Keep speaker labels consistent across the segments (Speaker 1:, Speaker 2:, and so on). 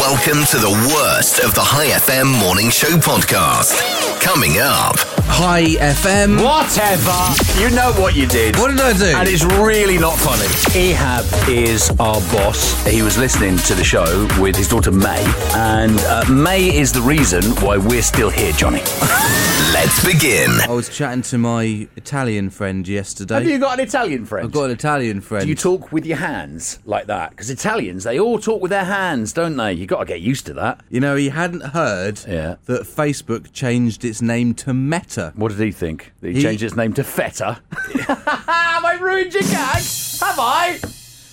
Speaker 1: Welcome to the worst of the High FM Morning Show podcast. Coming up,
Speaker 2: Hi FM.
Speaker 3: Whatever. You know what you did.
Speaker 2: What did I do?
Speaker 3: And it's really not funny. Ehab is our boss. He was listening to the show with his daughter May, and uh, May is the reason why we're still here, Johnny.
Speaker 1: let's begin.
Speaker 2: I was chatting to my Italian friend yesterday.
Speaker 3: Have you got an Italian friend?
Speaker 2: I've got an Italian friend.
Speaker 3: Do you talk with your hands like that? Because Italians, they all talk with their hands, don't they? You got to get used to that.
Speaker 2: You know, he hadn't heard
Speaker 3: Yeah.
Speaker 2: that Facebook changed its name to Meta.
Speaker 3: What did he think? That he,
Speaker 2: He-
Speaker 3: changed his name to Feta. Have I ruined your gag? Have I?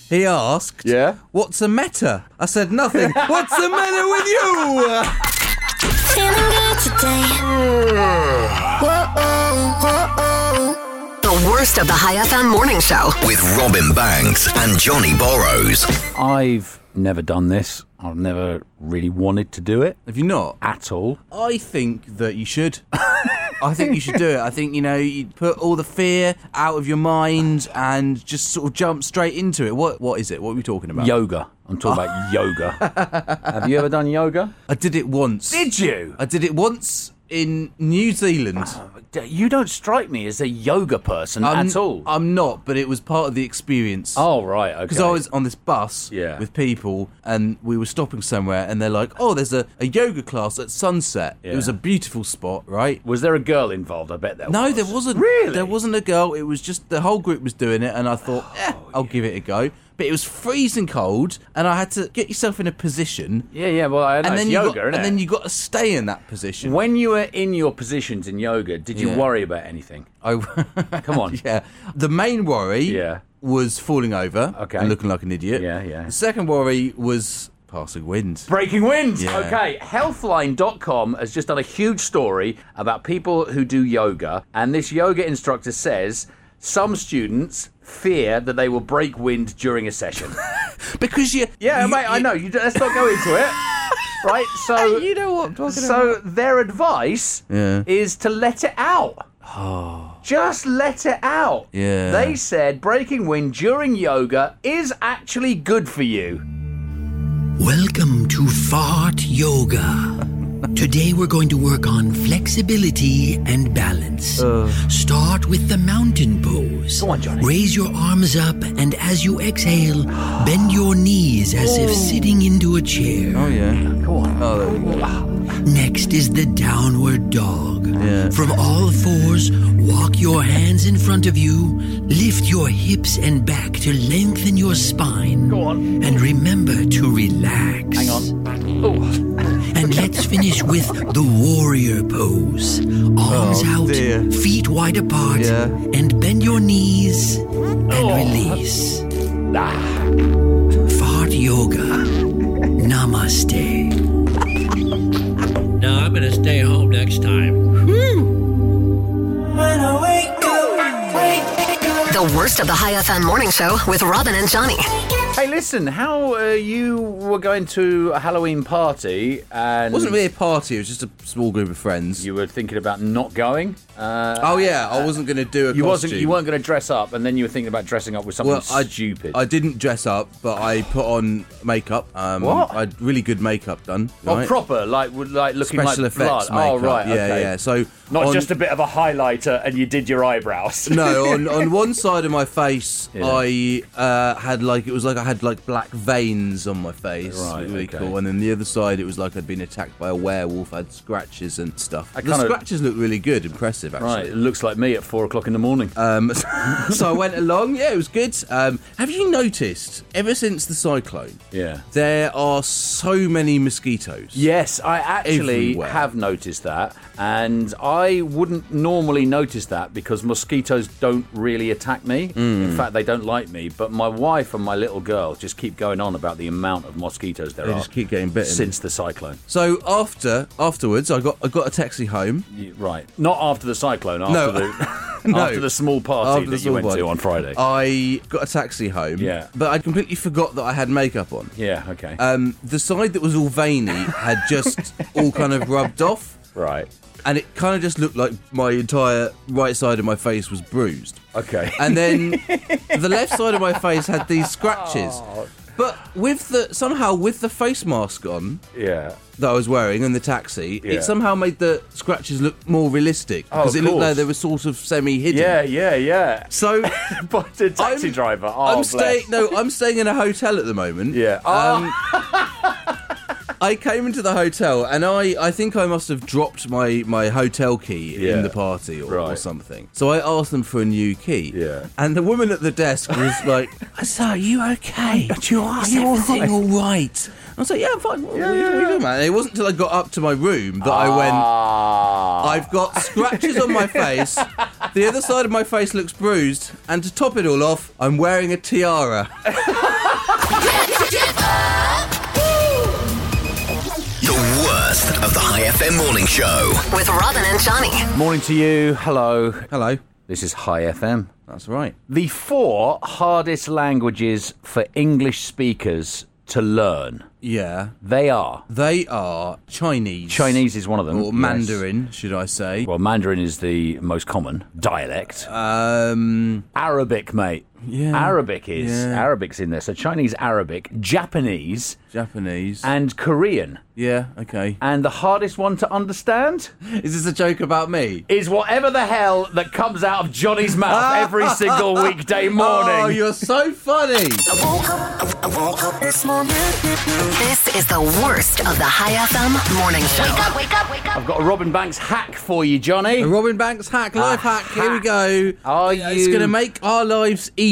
Speaker 2: He asked,
Speaker 3: Yeah?
Speaker 2: What's a Meta? I said, Nothing. What's the matter with you?
Speaker 4: Feeling good today.
Speaker 5: The worst of the High FM morning show.
Speaker 1: With Robin Banks and Johnny Borrows.
Speaker 3: I've never done this. I've never really wanted to do it
Speaker 2: Have you not?
Speaker 3: at all.
Speaker 2: I think that you should. I think you should do it. I think, you know, you put all the fear out of your mind and just sort of jump straight into it. What What is it? What are we talking about?
Speaker 3: Yoga. I'm talking about yoga. Have you ever done yoga?
Speaker 2: I did it once.
Speaker 3: you?
Speaker 2: I did it once in New Zealand.
Speaker 3: You don't strike me as a yoga person
Speaker 2: I'm-
Speaker 3: Uh-huh. at all.
Speaker 2: I'm not, but it was part of the experience.
Speaker 3: oh right, okay.
Speaker 2: Because I was on this bus
Speaker 3: Yeah.
Speaker 2: with people and we were stopping somewhere and they're like, oh, there's a, a yoga class at sunset.
Speaker 3: Yeah.
Speaker 2: It was a beautiful spot, right?
Speaker 3: Was there a girl involved? I bet there.
Speaker 2: No,
Speaker 3: was.
Speaker 2: there wasn't.
Speaker 3: Really?
Speaker 2: There wasn't a girl. It was just the whole group was doing it and I thought,
Speaker 3: Oh,
Speaker 2: eh, I'll give it a go. But it was freezing cold and I had to get yourself in a position.
Speaker 3: Yeah, yeah. Well, I know
Speaker 2: And
Speaker 3: it's
Speaker 2: then, you
Speaker 3: yoga,
Speaker 2: got,
Speaker 3: innit?
Speaker 2: and then you got to stay in that position.
Speaker 3: When you were in your positions in yoga, did you
Speaker 2: Yeah.
Speaker 3: worry about anything?
Speaker 2: I,
Speaker 3: Come on.
Speaker 2: Yeah. The main worry
Speaker 3: Yeah.
Speaker 2: was falling over
Speaker 3: Okay.
Speaker 2: and looking like an idiot.
Speaker 3: Yeah, yeah.
Speaker 2: The second worry was passing wind.
Speaker 3: Breaking winds.
Speaker 2: Yeah.
Speaker 3: Okay, healthline.com has just done a huge story about people who do yoga, and this yoga instructor says some students fear that they will break wind during a session.
Speaker 2: Because you.
Speaker 3: yeah,
Speaker 2: you-
Speaker 3: mate, I
Speaker 2: you-
Speaker 3: know. You, don't- let's not go into it. Right? So
Speaker 2: You know what I'm talking
Speaker 3: So their advice
Speaker 2: Yeah.
Speaker 3: is to let it out. Oh. Just let it out.
Speaker 2: Yeah.
Speaker 3: They said breaking wind during yoga is actually good for you.
Speaker 6: Welcome to Fart Yoga. Today we're going to work on flexibility and balance. Start with the mountain pose.
Speaker 3: Uh. Go on, Johnny.
Speaker 6: Raise your arms up and as you exhale, bend your knees as
Speaker 3: Oh.
Speaker 6: if sitting into a chair.
Speaker 2: Oh, yeah.
Speaker 3: Go on.
Speaker 2: Oh, there we go.
Speaker 6: Next is the downward dog.
Speaker 2: Yeah.
Speaker 6: From all fours, walk your hands in front of you, lift your hips and back to lengthen your spine.
Speaker 3: Go on.
Speaker 6: And remember to relax.
Speaker 3: Hang on. Oh. Ooh.
Speaker 6: And let's finish with the warrior pose. Arms
Speaker 2: Oh,
Speaker 6: out,
Speaker 2: dear.
Speaker 6: feet wide apart,
Speaker 2: Yeah.
Speaker 6: and bend your knees and Oh. release. Ah. Fart yoga. Namaste. No, I'm gonna stay home next time.
Speaker 5: The worst of the High FM morning show with Robin and Johnny.
Speaker 3: Hey, listen, how uh, you were going to a Halloween party and
Speaker 2: It wasn't really a party, it was just a small group of friends.
Speaker 3: you were thinking about not going? Uh,
Speaker 2: oh, yeah, I wasn't going to do a
Speaker 3: you
Speaker 2: costume.
Speaker 3: wasn't you weren't going to dress up and then you were thinking about dressing up with something
Speaker 2: Well, I,
Speaker 3: stupid.
Speaker 2: I didn't dress up, but I put on makeup. Um,
Speaker 3: What?
Speaker 2: I had really good makeup done.
Speaker 3: Oh,
Speaker 2: right?
Speaker 3: proper, like would- like looking
Speaker 2: Special
Speaker 3: like
Speaker 2: effects
Speaker 3: blood. Oh,
Speaker 2: makeup.
Speaker 3: right,
Speaker 2: yeah,
Speaker 3: okay.
Speaker 2: yeah. So
Speaker 3: Not
Speaker 2: on-
Speaker 3: just a bit of a highlighter and you did your eyebrows.
Speaker 2: No, on, on one side of my face,
Speaker 3: Yeah.
Speaker 2: I uh, had like it was like I had like black veins on my face,
Speaker 3: Right,
Speaker 2: really
Speaker 3: okay.
Speaker 2: cool. And then the other side, it was like I'd been attacked by a werewolf. I had scratches and stuff. the
Speaker 3: kinda-
Speaker 2: scratches look really good, impressive
Speaker 3: Right,
Speaker 2: actually.
Speaker 3: it looks like me at four o'clock in the morning.
Speaker 2: Um, so I went along. Yeah, it was good. Um, have you noticed ever since the cyclone?
Speaker 3: Yeah.
Speaker 2: there are so many mosquitoes.
Speaker 3: Yes, I actually
Speaker 2: Everywhere.
Speaker 3: have noticed that, and I wouldn't normally notice that because mosquitoes don't really attack me.
Speaker 2: Mm.
Speaker 3: In fact, they don't like me. But my wife and my little girl just keep going on about the amount of mosquitoes there
Speaker 2: They
Speaker 3: are
Speaker 2: just keep getting bitten.
Speaker 3: since the cyclone.
Speaker 2: So after afterwards, I got I got a taxi home.
Speaker 3: You- Right, not after the cyclone, after
Speaker 2: No.
Speaker 3: the
Speaker 2: No.
Speaker 3: after the small party
Speaker 2: After the
Speaker 3: that you
Speaker 2: small
Speaker 3: went
Speaker 2: party. Uh,
Speaker 3: to on Friday.
Speaker 2: I got a taxi home.
Speaker 3: Yeah.
Speaker 2: But I completely forgot that I had makeup on.
Speaker 3: yeah, okay,
Speaker 2: Um, the side that was all veiny had just all kind of rubbed off,
Speaker 3: right,
Speaker 2: and it kind of just looked like my entire right side of my face was bruised.
Speaker 3: okay. Oh.
Speaker 2: And then the left side of my face had these scratches. But with the somehow with the face mask on
Speaker 3: Yeah.
Speaker 2: that I was wearing in the taxi,
Speaker 3: Yeah.
Speaker 2: it somehow made the scratches look more realistic
Speaker 3: Oh,
Speaker 2: because
Speaker 3: of
Speaker 2: it looked like
Speaker 3: course.
Speaker 2: they were sort of semi hidden.
Speaker 3: Yeah, yeah, yeah.
Speaker 2: So
Speaker 3: But a taxi
Speaker 2: I'm-
Speaker 3: driver. Oh,
Speaker 2: I'm
Speaker 3: bless.
Speaker 2: staying. Um, No, I'm staying in a hotel at the moment.
Speaker 3: Yeah. Oh,
Speaker 2: I came into the hotel and I, I think I must have dropped my, my hotel key
Speaker 3: Yeah.
Speaker 2: in the party or, or
Speaker 3: Right.
Speaker 2: something. So I asked them for a new key.
Speaker 3: Yeah.
Speaker 2: And the woman at the desk was like, "So are you okay? Are you, are you all right? all right?" I was like, "Yeah, I'm fine. What, what are you, what are you doing, man?" And it wasn't until I got up to my room that I went.
Speaker 3: ah.
Speaker 2: I've got scratches on my face. The other side of my face looks bruised, and to top it all off, I'm wearing a tiara.
Speaker 1: The worst of the High FM morning show.
Speaker 5: With Robin and Johnny.
Speaker 3: Morning to you. Hello.
Speaker 2: Hello.
Speaker 3: This is High FM.
Speaker 2: That's right.
Speaker 3: The four hardest languages for English speakers to learn.
Speaker 2: Yeah.
Speaker 3: They are
Speaker 2: They are Chinese.
Speaker 3: Chinese is one of them.
Speaker 2: Or Mandarin, should I say.
Speaker 3: Yes. Well, Mandarin is the most common dialect.
Speaker 2: Um,
Speaker 3: Arabic, mate.
Speaker 2: Uh, Yeah.
Speaker 3: Arabic is.
Speaker 2: Yeah.
Speaker 3: Arabic's in there. So Chinese, Arabic, Japanese,
Speaker 2: Japanese.
Speaker 3: and Korean.
Speaker 2: yeah, okay.
Speaker 3: And the hardest one to understand
Speaker 2: Is this a joke about me?
Speaker 3: is whatever the hell that comes out of Johnny's mouth every single weekday morning.
Speaker 2: Oh, you're so funny.
Speaker 5: This is the worst of the High FM morning show.
Speaker 3: I've got a Robin Banks hack for you, Johnny.
Speaker 2: A Robin Banks hack, life hack. Here we go.
Speaker 3: Ah, Are
Speaker 2: It's
Speaker 3: you-
Speaker 2: going to make our lives
Speaker 3: I-
Speaker 2: easier.
Speaker 3: I-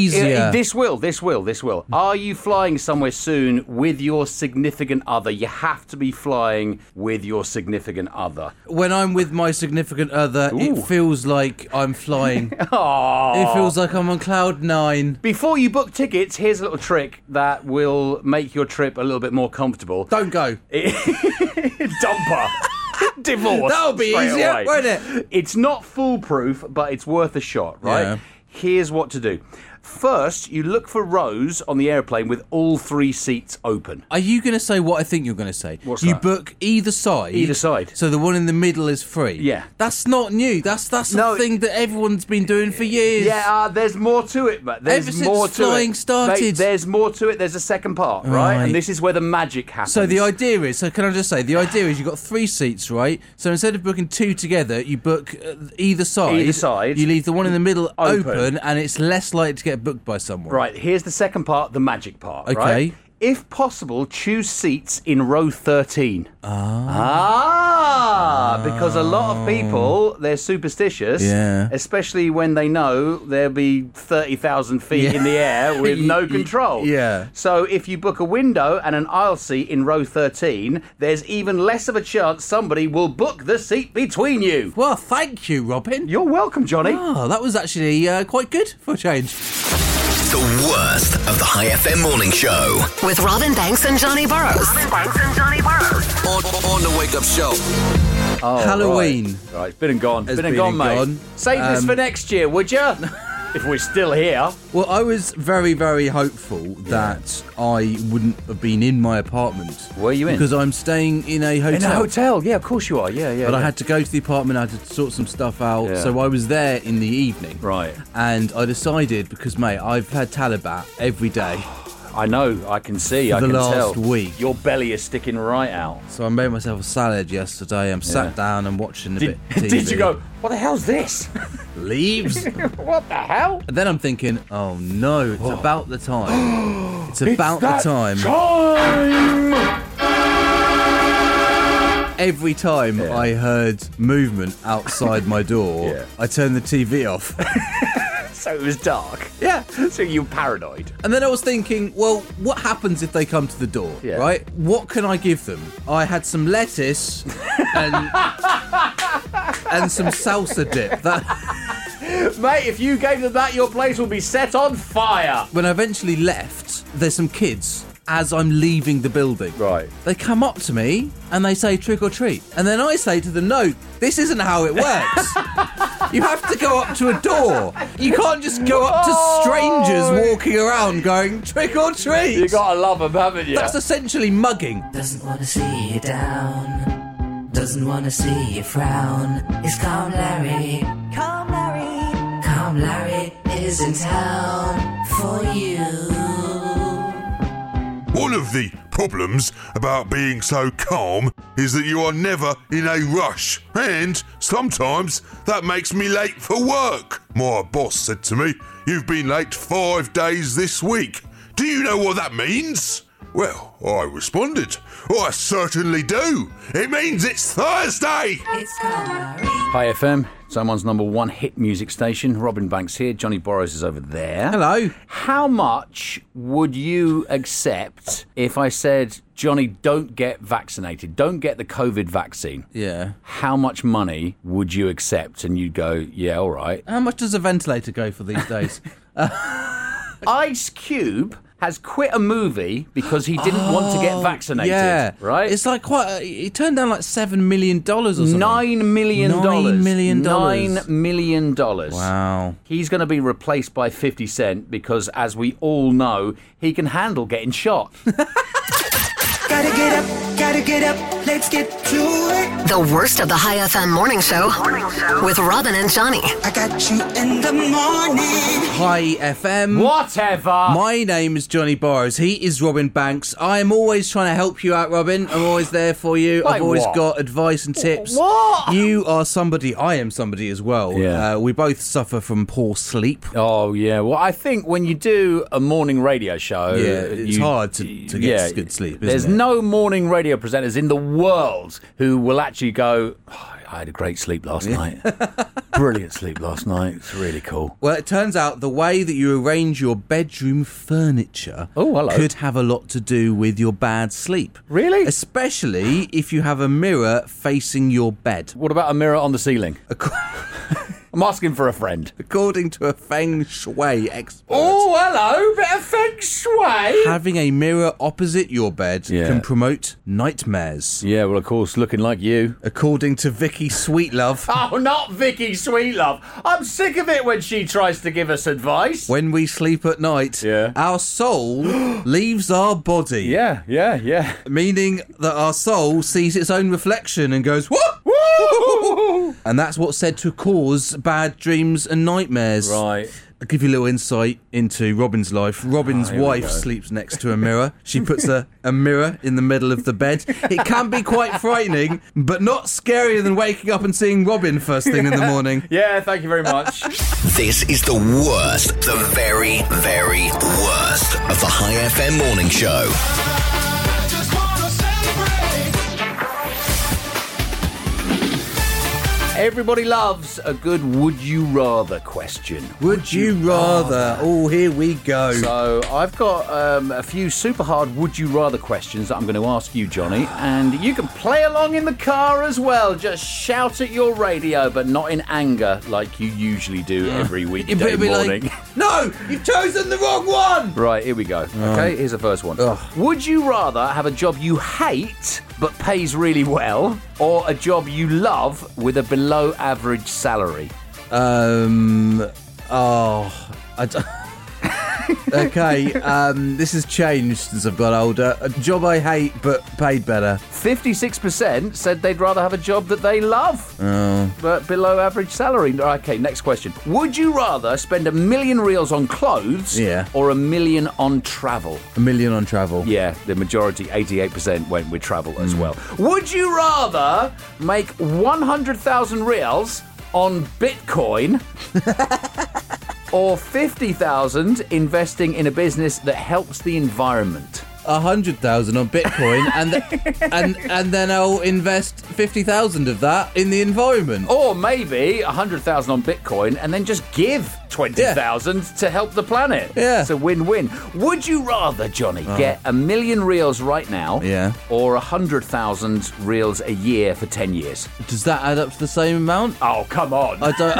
Speaker 3: This will, this will, this will. Are you flying somewhere soon with your significant other? You have to be flying with your significant other.
Speaker 2: when I'm with my significant other,
Speaker 3: Ooh. Oh.
Speaker 2: it feels like I'm flying. It feels like I'm on cloud nine.
Speaker 3: Before you book tickets, here's a little trick that will make your trip a little bit more comfortable.
Speaker 2: Don't go.
Speaker 3: Dumper. Divorce.
Speaker 2: That'll be
Speaker 3: straight
Speaker 2: easier,
Speaker 3: away.
Speaker 2: won't it?
Speaker 3: It's not foolproof, but it's worth a shot, right?
Speaker 2: Yeah.
Speaker 3: Here's what to do. First, you look for rows on the airplane with all three seats open.
Speaker 2: Are you going to say what I think you're going to say?
Speaker 3: What's
Speaker 2: you
Speaker 3: that?
Speaker 2: book either side.
Speaker 3: Either side.
Speaker 2: So the one in the middle is free.
Speaker 3: Yeah.
Speaker 2: That's not new. That's that's
Speaker 3: No,
Speaker 2: a thing that everyone's been doing for years.
Speaker 3: Yeah, uh, there's more to it, but there's
Speaker 2: Ever since
Speaker 3: more to
Speaker 2: flying
Speaker 3: it.
Speaker 2: started.
Speaker 3: Mate, there's more to it. There's a second part, right?
Speaker 2: Right.
Speaker 3: And this is where the magic happens.
Speaker 2: So the idea is, so can I just say, the idea is you've got three seats, right? So instead of booking two together, you book uh, either side.
Speaker 3: Either side.
Speaker 2: You leave the one in the middle
Speaker 3: Open.
Speaker 2: open, and it's less likely to get booked by someone.
Speaker 3: Right, here's the second part, the magic part.
Speaker 2: Okay.
Speaker 3: right? If possible, choose seats in row 13. Ah. Because a lot of people, they're superstitious.
Speaker 2: Yeah.
Speaker 3: Especially when they know there'll be 30,000 feet
Speaker 2: Yeah.
Speaker 3: in the air with no
Speaker 2: Y- y-
Speaker 3: control.
Speaker 2: yeah.
Speaker 3: So if you book a window and an aisle seat in row 13, there's even less of a chance somebody will book the seat between you.
Speaker 2: Well, thank you, Robin.
Speaker 3: You're welcome, Johnny.
Speaker 2: Oh, that was actually uh, quite good for a change.
Speaker 1: The worst of the High FM morning show.
Speaker 5: With Robin Banks and Johnny Burrows.
Speaker 1: On, on the wake up show.
Speaker 2: Halloween.
Speaker 3: Oh, Right. right, it's been and gone. It's
Speaker 2: Has
Speaker 3: been and
Speaker 2: been
Speaker 3: gone,
Speaker 2: and
Speaker 3: mate.
Speaker 2: gone.
Speaker 3: Save this
Speaker 2: Um,
Speaker 3: for next year, would you? if we're still here.
Speaker 2: Well, I was very, very hopeful that I wouldn't have been in my apartment.
Speaker 3: Were you in?
Speaker 2: Because I'm staying in a hotel.
Speaker 3: In a hotel, yeah, of course you are. Yeah, yeah.
Speaker 2: But I
Speaker 3: yeah.
Speaker 2: had to go to the apartment, I had to sort some stuff out.
Speaker 3: Yeah.
Speaker 2: So I was there in the evening.
Speaker 3: Right.
Speaker 2: And I decided, because, mate, I've had Talibat every day.
Speaker 3: I know. I can see. I
Speaker 2: the
Speaker 3: can
Speaker 2: last
Speaker 3: tell.
Speaker 2: week.
Speaker 3: Your belly is sticking right out.
Speaker 2: so I made myself a salad yesterday. I'm
Speaker 3: Yeah.
Speaker 2: sat down and watching a
Speaker 3: Did,
Speaker 2: bit. TV.
Speaker 3: did you go? What the hell's this?
Speaker 2: Leaves?
Speaker 3: what the hell?
Speaker 2: And then I'm thinking, oh no, it's about the time. It's about
Speaker 3: that
Speaker 2: the time.
Speaker 3: Time.
Speaker 2: Every time I heard movement outside my door,
Speaker 3: Yeah.
Speaker 2: I turned the TV off.
Speaker 3: So it was dark.
Speaker 2: yeah.
Speaker 3: So you were paranoid.
Speaker 2: And then I was thinking, well, what happens if they come to the door?
Speaker 3: Yeah.
Speaker 2: Right? What can I give them? I had some lettuce and and some salsa dip. That
Speaker 3: Mate, if you gave them that, your place will be set on fire.
Speaker 2: when I eventually left, there's some kids as I'm leaving the building.
Speaker 3: Right.
Speaker 2: They come up to me and they say trick or treat. And then I say to them, no, this isn't how it works. you have to go up to a door. You can't just go up to strangers walking around going trick or treat.
Speaker 3: You gotta love them, haven't you?
Speaker 2: That's essentially mugging.
Speaker 7: Doesn't wanna see you down. Doesn't wanna see you frown. It's Calm Larry. Calm Larry. Calm Larry is in town for you.
Speaker 8: One of the problems about being so calm is that you are never in a rush, and sometimes that makes me late for work. My boss said to me, You've been late five days this week. Do you know what that means? Well, I responded, I certainly do. It means it's Thursday.
Speaker 7: It's Calmari.
Speaker 3: Hi FM, someone's number one hit music station. Robin Banks here. Johnny Borrows is over there.
Speaker 2: Hello.
Speaker 3: How much would you accept if I said, Johnny, don't get vaccinated, don't get the COVID vaccine?
Speaker 2: Yeah.
Speaker 3: How much money would you accept? And you'd go, yeah, all right.
Speaker 2: How much does a ventilator go for these days?
Speaker 3: Ice Cube has quit a movie because he didn't want to get vaccinated.
Speaker 2: oh, yeah.
Speaker 3: Right?
Speaker 2: It's like quite. Uh, he turned down like $7 million or something.
Speaker 3: Nine million dollars.
Speaker 2: Nine million dollars.
Speaker 3: Nine million dollars.
Speaker 2: Wow.
Speaker 3: He's going to be replaced by 50 Cent because, as we all know, he can handle getting shot.
Speaker 7: Gotta get up, gotta get up, let's get to it.
Speaker 5: The worst of the High FM morning show, with Robin and Johnny.
Speaker 7: I got you in the morning.
Speaker 2: Hi, FM.
Speaker 3: Whatever.
Speaker 2: My name is Johnny Borrows. He is Robin Banks. I am always trying to help you out, Robin. I'm always there for you.
Speaker 3: Like
Speaker 2: I've always
Speaker 3: what?
Speaker 2: got advice and tips.
Speaker 3: what?
Speaker 2: You are somebody. I am somebody as well.
Speaker 3: Yeah.
Speaker 2: Uh, we both suffer from poor sleep.
Speaker 3: Oh yeah, well I think when you do a morning radio show,
Speaker 2: Yeah, it's
Speaker 3: you-
Speaker 2: hard to- to get good sleep, isn't
Speaker 3: there's
Speaker 2: it?
Speaker 3: no morning radio presenters in the world who will actually go. "Oh, I had a great sleep last night. Brilliant sleep last night. It's really cool.
Speaker 2: Well, it turns out the way that you arrange your bedroom furniture
Speaker 3: Oh, hello.
Speaker 2: could have a lot to do with your bad sleep.
Speaker 3: Really?
Speaker 2: Especially if you have a mirror facing your bed.
Speaker 3: What about a mirror on the ceiling?
Speaker 2: Ac-
Speaker 3: I'm asking for a friend.
Speaker 2: According to a feng shui expert.
Speaker 3: Oh, hello, bit of feng shui.
Speaker 2: Having a mirror opposite your bed
Speaker 3: Yeah.
Speaker 2: can promote nightmares.
Speaker 3: Yeah, well, of course, looking like you.
Speaker 2: According to Vicky Sweetlove,
Speaker 3: Oh, not Vicky Sweetlove. I'm sick of it when she tries to give us advice.
Speaker 2: when we sleep at night,
Speaker 3: Yeah.
Speaker 2: our soul leaves our body.
Speaker 3: yeah, yeah, yeah.
Speaker 2: Meaning that our soul sees its own reflection and goes, What? And that's what's said to cause bad dreams and nightmares.
Speaker 3: Right.
Speaker 2: I'll give you a little insight into Robin's life. Robin's wife sleeps next to a mirror. She puts a, a mirror in the middle of the bed. It can be quite frightening, but not scarier than waking up and seeing Robin first thing in the morning.
Speaker 3: Yeah, thank you very much.
Speaker 1: This is the worst, the very, very worst of the High FM morning show.
Speaker 3: Everybody loves a good would you rather question.
Speaker 2: Would you rather? Oh, here we go.
Speaker 3: So I've got um, a few super hard would you rather questions that I'm going to ask you, Johnny, and you can play along in the car as well. Just shout at your radio, but not in anger like you usually do every
Speaker 2: You'd
Speaker 3: weekday
Speaker 2: better be
Speaker 3: morning.
Speaker 2: like, No, you've chosen the wrong one.
Speaker 3: Right, here we go. Okay, here's the first one.
Speaker 2: Ugh.
Speaker 3: Would you rather have a job you hate but pays really well, or a job you love with a below average salary?
Speaker 2: Um. Oh. I d- okay. Um. This has changed since I've got older. A job I hate but paid better.
Speaker 3: 56% said they'd rather have a job that they love, but below average salary. Okay, next question. Would you rather spend a million reals on clothes
Speaker 2: Yeah.
Speaker 3: or a million on travel?
Speaker 2: A million on travel.
Speaker 3: Yeah, the majority, 88%, went with travel as well. Would you rather make 100,000 reals on Bitcoin or 50,000 investing in a business that helps the environment?
Speaker 2: A hundred thousand on Bitcoin, and th- and and then I'll invest fifty thousand of that in the environment.
Speaker 3: Or maybe 100,000 on Bitcoin and then just give 20,000 to help the planet.
Speaker 2: Yeah. Oh.
Speaker 3: It's a win win. Would you rather, Johnny, get a million reals right now
Speaker 2: Yeah.
Speaker 3: or 100,000 reals a year for 10 years?
Speaker 2: Does that add up to the same amount?
Speaker 3: Oh, come on.
Speaker 2: I don't.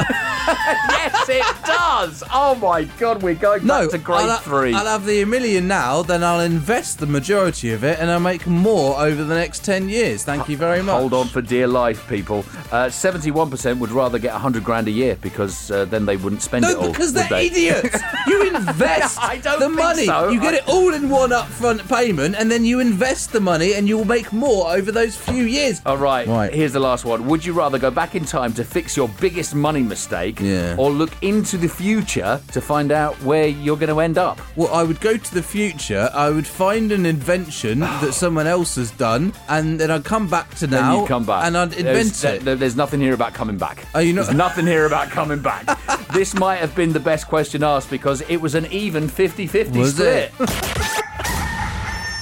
Speaker 3: yes, it does. Oh my God, we're going
Speaker 2: No,
Speaker 3: back to grade
Speaker 2: I'll, ha-
Speaker 3: 3
Speaker 2: I'll have the million now, then I'll invest the majority of it, and I'll make more over the next ten years. Thank you very much.
Speaker 3: Hold on for dear life, people. Uh, 71% would rather get 100 grand a year because uh, then they wouldn't spend it
Speaker 2: No,
Speaker 3: all.
Speaker 2: because
Speaker 3: would
Speaker 2: they're
Speaker 3: they?
Speaker 2: idiots. You invest
Speaker 3: I don't
Speaker 2: the
Speaker 3: think
Speaker 2: money.
Speaker 3: so.
Speaker 2: You get
Speaker 3: I-
Speaker 2: it all in one upfront payment, and then you invest the money, and you'll make more over those few years.
Speaker 3: All right,
Speaker 2: Right.
Speaker 3: here's the last one. Would you rather go back in time to fix your biggest money mistake
Speaker 2: Yeah.
Speaker 3: or look into the future to find out where you're going to end up?
Speaker 2: Well, I would go to the future. I would find find an invention that someone else has done, and then I'd come back to now.
Speaker 3: Then you come back.
Speaker 2: And I'd invent
Speaker 3: there's,
Speaker 2: it.
Speaker 3: there- there's nothing here about coming back.
Speaker 2: Are you not-
Speaker 3: There's nothing here about coming back. this might have been the best question asked because it was an even 50 50
Speaker 2: Was
Speaker 3: split.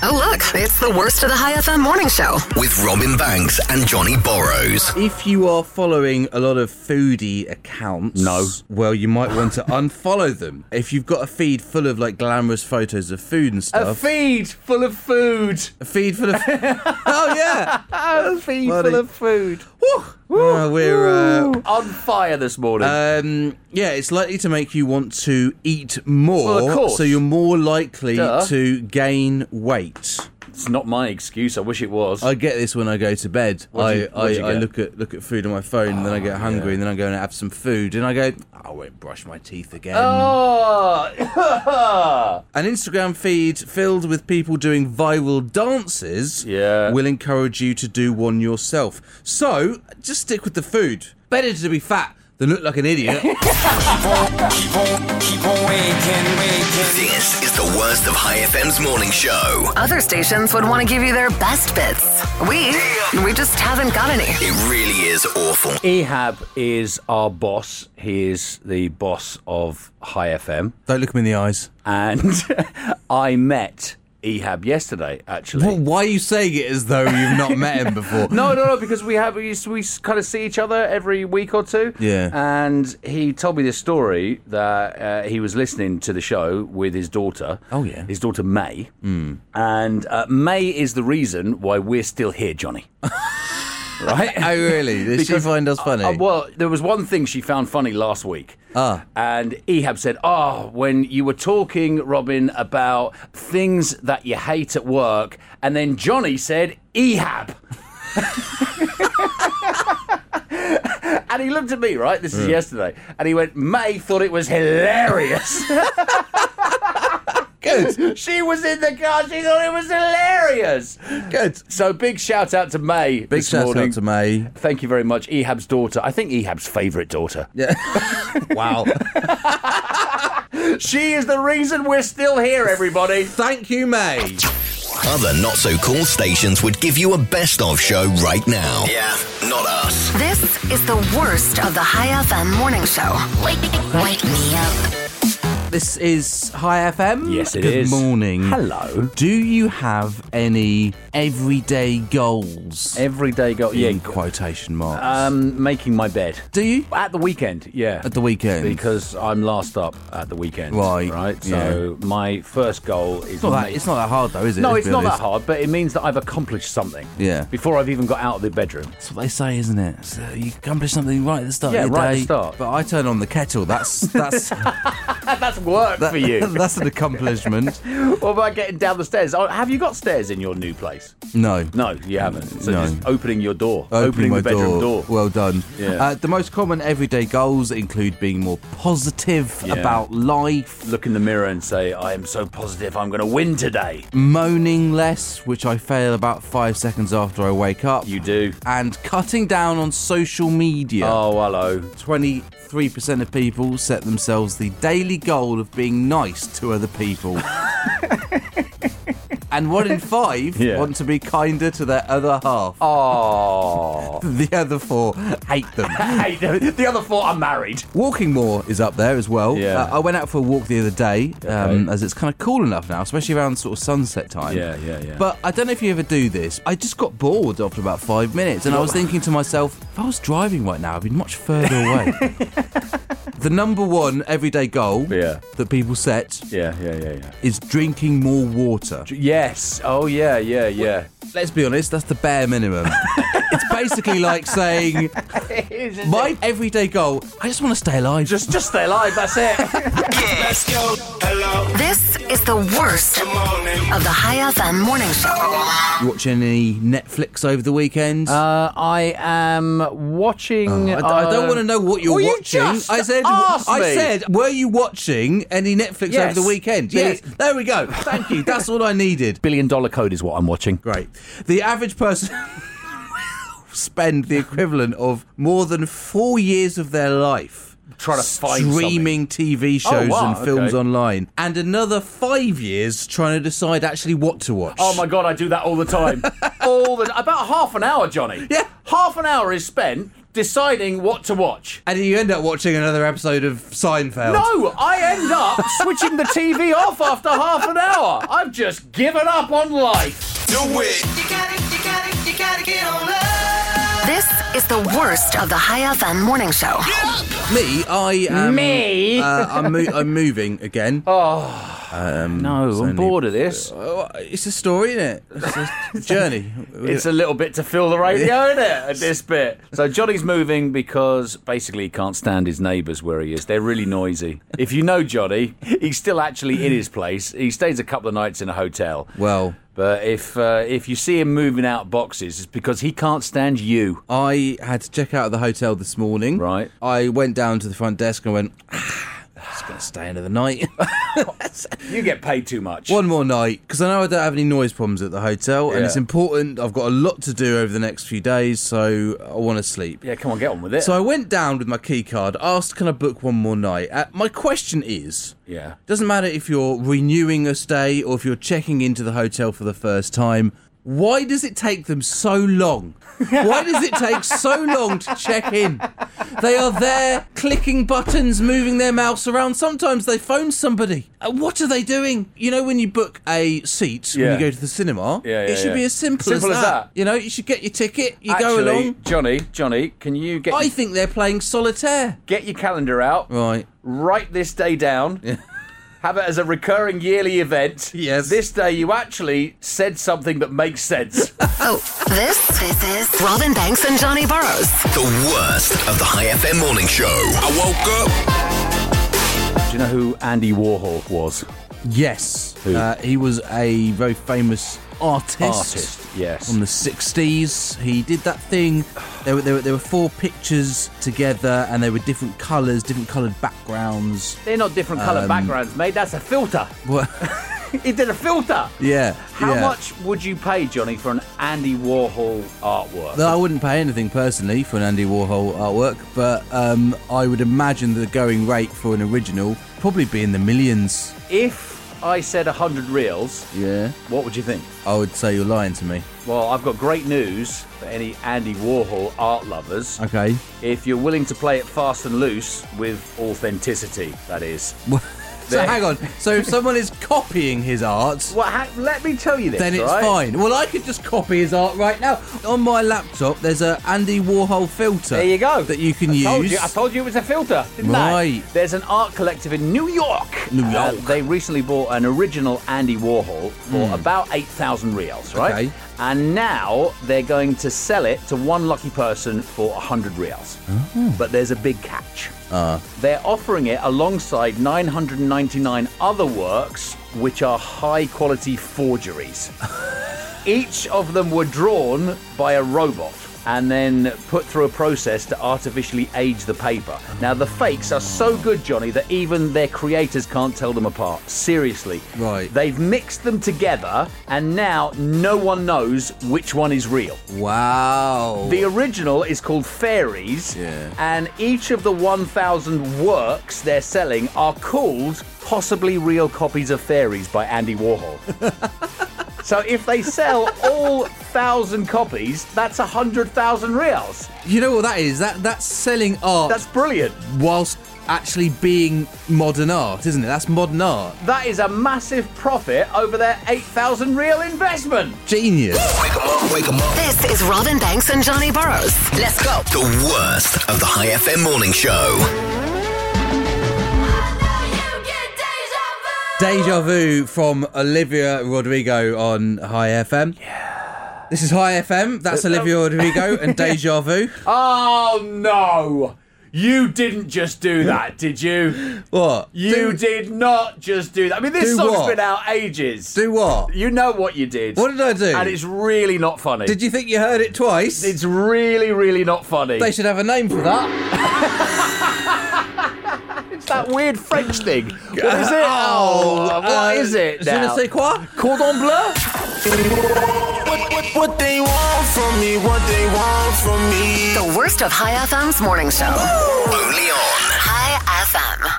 Speaker 5: Oh, look, it's the worst of the High FM morning show.
Speaker 1: with Robin Banks and Johnny Borrows.
Speaker 2: If you are following a lot of foodie accounts,
Speaker 3: No.
Speaker 2: well, you might want to unfollow them. If you've got a feed full of like glamorous photos of food and
Speaker 3: A
Speaker 2: stuff,
Speaker 3: feed full of food.
Speaker 2: a feed full of oh yeah,
Speaker 3: A feed
Speaker 2: bloody-
Speaker 3: full of food.
Speaker 2: Whew. Uh, we're uh,
Speaker 3: On fire this morning.
Speaker 2: um, yeah, it's likely to make you want to eat more,
Speaker 3: Well, of course.
Speaker 2: so you're more likely
Speaker 3: Duh.
Speaker 2: to gain weight.
Speaker 3: it's not my excuse. I wish it was.
Speaker 2: I get this when I go to bed.
Speaker 3: What
Speaker 2: I,
Speaker 3: do you- what
Speaker 2: I,
Speaker 3: do you
Speaker 2: I
Speaker 3: get? Ah,
Speaker 2: look at look at food on my phone, and then I get hungry, and then I go and have some food, and I go, I won't brush my teeth again.
Speaker 3: Oh.
Speaker 2: An Instagram feed filled with people doing viral dances
Speaker 3: Yeah.
Speaker 2: will encourage you to do one yourself. So just stick with the food. Better to be fat than look like an idiot.
Speaker 1: This is the worst of High FM's morning show.
Speaker 5: Other stations would want to give you their best bits. We, we just haven't got any.
Speaker 1: It really is awful.
Speaker 3: Ehab is our boss. He is the boss of High FM.
Speaker 2: Don't look him in the eyes.
Speaker 3: And I met Ehab yesterday, actually.
Speaker 2: Well, why are you saying it as though you've not met him before?
Speaker 3: No, no, no, because we have we, we kind of see each other every week or two.
Speaker 2: Yeah.
Speaker 3: And he told me this story that uh, he was listening to the show with his daughter.
Speaker 2: Oh, yeah. Mm.
Speaker 3: His daughter May. And uh, May is the reason why we're still here, Johnny. right?
Speaker 2: Oh, really? Did she
Speaker 3: Because-
Speaker 2: find us funny?
Speaker 3: Uh, well, there was one thing she found funny last week. Ah. And Ehab said, Oh, when you were talking, Robin, about things that you hate at work, and then Johnny said, Ehab. and he looked at me, right? This is yesterday. And he went, May thought it was hilarious.
Speaker 2: good,
Speaker 3: she was in the car, she thought it was hilarious.
Speaker 2: good.
Speaker 3: So big shout out to May.
Speaker 2: Big
Speaker 3: this
Speaker 2: shout
Speaker 3: morning.
Speaker 2: out to May.
Speaker 3: Thank you very much. Ehab's daughter. I think Ehab's favourite daughter.
Speaker 2: Yeah. wow.
Speaker 3: She is the reason we're still here, everybody.
Speaker 2: Thank you, May.
Speaker 1: Other not so cool stations would give you a best of show right now. Yeah, not us.
Speaker 5: This is the worst of the High FM morning show. Wake, wake me up.
Speaker 2: This is High FM.
Speaker 3: Yes, it
Speaker 2: Good
Speaker 3: is.
Speaker 2: morning.
Speaker 3: Hello.
Speaker 2: Do you have any everyday goals?
Speaker 3: Everyday go.
Speaker 2: in quotation marks.
Speaker 3: Um, making my bed
Speaker 2: Do you
Speaker 3: at the weekend. Yeah.
Speaker 2: at the weekend?
Speaker 3: because I'm last up at the weekend.
Speaker 2: Right,
Speaker 3: Right.
Speaker 2: yeah.
Speaker 3: So my first goal is
Speaker 2: it's not that
Speaker 3: ma-
Speaker 2: it's not that hard though, is it?
Speaker 3: no,
Speaker 2: Let's
Speaker 3: it's
Speaker 2: be
Speaker 3: not that
Speaker 2: honest.
Speaker 3: hard, but it means that I've accomplished something.
Speaker 2: Yeah.
Speaker 3: Before I've even got out of the bedroom.
Speaker 2: That's what they say, isn't it? So you accomplish something right at the start.
Speaker 3: Yeah,
Speaker 2: of your
Speaker 3: right at
Speaker 2: day,
Speaker 3: the start.
Speaker 2: But I turn on the kettle. That's that's
Speaker 3: That's work for you.
Speaker 2: that's an accomplishment.
Speaker 3: what about getting down the stairs? Oh, have you got stairs in your new place?
Speaker 2: No.
Speaker 3: No, you haven't. So
Speaker 2: No.
Speaker 3: just opening your door,
Speaker 2: Opening,
Speaker 3: opening,
Speaker 2: my
Speaker 3: the bedroom door.
Speaker 2: Well done.
Speaker 3: Yeah.
Speaker 2: Uh, the most common everyday goals include being more positive
Speaker 3: Yeah.
Speaker 2: about life,
Speaker 3: Look in the mirror and say, "I am so positive. I'm going to win today."
Speaker 2: moaning less, which I fail about five seconds after I wake up,
Speaker 3: You do.
Speaker 2: and cutting down on social media.
Speaker 3: Oh, hello.
Speaker 2: 23% of people set themselves the daily goal of being nice to other people. and one in five
Speaker 3: Yeah.
Speaker 2: want to be kinder to their other half.
Speaker 3: Oh.
Speaker 2: The other four hate them.
Speaker 3: hey, the, the other four are married.
Speaker 2: Walking more is up there as well.
Speaker 3: Yeah.
Speaker 2: Uh, I went out for a walk the other day, um,
Speaker 3: Okay.
Speaker 2: as it's kind of cool enough now, especially around sort of sunset time.
Speaker 3: Yeah, yeah, yeah.
Speaker 2: But I don't know if you ever do this. I just got bored after about five minutes, and I was thinking to myself, if I was driving right now, I'd be much further away. the number one everyday goal
Speaker 3: Yeah.
Speaker 2: that people set
Speaker 3: Yeah, yeah, yeah, yeah.
Speaker 2: is drinking more water.
Speaker 3: Yes. Oh, yeah, yeah, yeah.
Speaker 2: Let's be honest, that's the bare minimum. it's basically like saying, my everyday goal, I just want to stay alive.
Speaker 3: Just, just stay alive. That's it.
Speaker 8: Let's go. Hello.
Speaker 5: This is the worst
Speaker 8: Morning.
Speaker 5: of the High FM morning show.
Speaker 2: You watching any Netflix over the weekend?
Speaker 3: Uh, I am watching. um,
Speaker 2: I, d- I don't want to know what you're
Speaker 3: Well, you
Speaker 2: watching.
Speaker 3: just
Speaker 2: I said,
Speaker 3: asked
Speaker 2: I
Speaker 3: me.
Speaker 2: said, were you watching any Netflix
Speaker 3: Yes.
Speaker 2: over the weekend?
Speaker 3: Yes.
Speaker 2: Yes. There we go. Thank you. That's all I needed.
Speaker 3: Billion Dollar Code is what I'm watching.
Speaker 2: Great. The average person spend the equivalent of more than four years of their life
Speaker 3: trying to find something. Oh,
Speaker 2: streaming TV shows
Speaker 3: wow,
Speaker 2: and films
Speaker 3: okay.
Speaker 2: online, and another five years trying to decide actually what to watch.
Speaker 3: Oh my god, I do that all the time. all the about half an hour, Johnny.
Speaker 2: Yeah.
Speaker 3: half an hour is spent deciding what to watch.
Speaker 2: And you end up watching another episode of Seinfeld.
Speaker 3: No, I end up switching the TV off after half an hour. I've just given up on life.
Speaker 8: Do it!
Speaker 5: This is the worst of the High FM morning show.
Speaker 2: Me, I am.
Speaker 3: Me?
Speaker 2: Uh, I'm, mo- I'm moving again.
Speaker 3: No, I'm bored of this.
Speaker 2: Oh, It's a story, isn't it? It's a journey.
Speaker 3: It's a little bit to fill the radio, isn't it? At this bit. So Johnny's moving because basically he can't stand his neighbours where he is. They're really noisy. If you know Johnny, he's still actually in his place. He stays a couple of nights in a hotel.
Speaker 2: Well,
Speaker 3: But if uh, if you see him moving out boxes, it's because he can't stand you.
Speaker 2: I had to check out of the hotel this morning.
Speaker 3: Right.
Speaker 2: I went down to the front desk and went, ah, just going to stay another night.
Speaker 3: You get paid too much.
Speaker 2: One more night, because I know I don't have any noise problems at the hotel, and
Speaker 3: Yeah.
Speaker 2: it's important. I've got a lot to do over the next few days, so I want to sleep.
Speaker 3: Yeah, come on, get on with it.
Speaker 2: So I went down with my key card, asked, can I book one more night? Uh, my question is
Speaker 3: yeah.
Speaker 2: doesn't matter if you're renewing a stay or if you're checking into the hotel for the first time. Why does it take them so long? Why does it take so long to check in? They are there clicking buttons, moving their mouse around. Sometimes they phone somebody. Uh, what are they doing? You know, when you book a seat,
Speaker 3: Yeah.
Speaker 2: when you go to the cinema,
Speaker 3: Yeah, yeah,
Speaker 2: it should
Speaker 3: yeah.
Speaker 2: be as simple,
Speaker 3: Simple
Speaker 2: as,
Speaker 3: as
Speaker 2: that.
Speaker 3: that.
Speaker 2: You know, you should get your ticket, you
Speaker 3: Actually,
Speaker 2: go along.
Speaker 3: Johnny, Johnny, can you get
Speaker 2: I
Speaker 3: your-
Speaker 2: think they're playing solitaire.
Speaker 3: get your calendar out?
Speaker 2: Right.
Speaker 3: Write this day down. Have it as a recurring yearly event.
Speaker 2: Yes.
Speaker 3: This day you actually said something that makes sense.
Speaker 5: Oh, this this is Robin Banks and Johnny Burrows.
Speaker 1: The worst of the High FM morning show.
Speaker 8: I woke up!
Speaker 3: Do you know who Andy Warhol was?
Speaker 2: Yes. Uh, he was a very famous artist.
Speaker 3: Artist, yes.
Speaker 2: From the 60s. He did that thing. There were, there were, there were four pictures together and they were different colours, different coloured backgrounds.
Speaker 3: They're not different colour backgrounds, mate. That's a filter.
Speaker 2: Well,
Speaker 3: He did a filter.
Speaker 2: yeah.
Speaker 3: How
Speaker 2: yeah.
Speaker 3: much would you pay, Johnny, for an Andy Warhol artwork?
Speaker 2: No, I wouldn't pay anything personally for an Andy Warhol artwork, but um, I would imagine the going rate for an original probably be in the millions.
Speaker 3: If I said 100 reels,
Speaker 2: Yeah.
Speaker 3: what would you think?
Speaker 2: I would say you're lying to me.
Speaker 3: Well, I've got great news for any Andy Warhol art lovers.
Speaker 2: Okay.
Speaker 3: If you're willing to play it fast and loose with authenticity, that is.
Speaker 2: So hang on. So if someone is copying his art,
Speaker 3: Well, ha- let me tell you this.
Speaker 2: then it's
Speaker 3: right?
Speaker 2: fine. Well, I could just copy his art right now. On my laptop, there's a Andy Warhol filter.
Speaker 3: There you go.
Speaker 2: That you can
Speaker 3: I
Speaker 2: use.
Speaker 3: Told you, I told you it was a filter, didn't
Speaker 2: Right.
Speaker 3: I? There's an art collective in New York.
Speaker 2: New
Speaker 3: Uh,
Speaker 2: York. Hmm.
Speaker 3: they recently bought an original Andy Warhol for about 8,000 reals, right?
Speaker 2: Okay.
Speaker 3: And now they're going to sell it to one lucky person for 100 reals.
Speaker 2: Oh.
Speaker 3: But there's a big catch.
Speaker 2: Uh.
Speaker 3: They're offering it alongside 999 other works, which are high quality forgeries. Each of them were drawn by a robot and then put through a process to artificially age the paper. Now, the fakes are so good, Johnny, that even their creators can't tell them apart. Seriously.
Speaker 2: Right.
Speaker 3: They've mixed them together, and now no one knows which one is real.
Speaker 2: Wow.
Speaker 3: The original is called Fairies,
Speaker 2: Yeah.
Speaker 3: and each of the 1,000 works they're selling are called Possibly Real Copies of Fairies by Andy Warhol. so if they sell all 1,000 copies, that's 100,000 reals.
Speaker 2: you know what that is? That that's selling art
Speaker 3: That's brilliant.
Speaker 2: whilst actually being modern art, isn't it? That's modern art.
Speaker 3: That is a massive profit over their 8,000 real investment.
Speaker 2: Genius.
Speaker 1: Wake 'em up, wake 'em up.
Speaker 5: This is Robin Banks and Johnny Burrows. Let's go.
Speaker 1: The worst of the High FM morning show.
Speaker 2: Deja vu from Olivia Rodrigo on High FM. Yeah. This is High FM. That's
Speaker 3: Uh,
Speaker 2: Olivia Rodrigo and Deja vu.
Speaker 3: Oh, no. You didn't just do that, did you?
Speaker 2: What?
Speaker 3: You
Speaker 2: do,
Speaker 3: did not just do that. I mean, this
Speaker 2: Do
Speaker 3: song's
Speaker 2: what?
Speaker 3: been out ages.
Speaker 2: do what?
Speaker 3: You know what you did.
Speaker 2: What did I do?
Speaker 3: And it's really not funny.
Speaker 2: Did you think you heard it twice?
Speaker 3: It's really, really not funny.
Speaker 2: They should have a name for that.
Speaker 3: It's that weird French thing. What is it? Oh,
Speaker 2: uh,
Speaker 3: what is it
Speaker 2: Je ne
Speaker 3: now?
Speaker 2: sais quoi?
Speaker 3: Cordon bleu?
Speaker 9: What they want from me, what they want from me.
Speaker 5: The worst of High FM's morning show.
Speaker 1: Only on
Speaker 5: High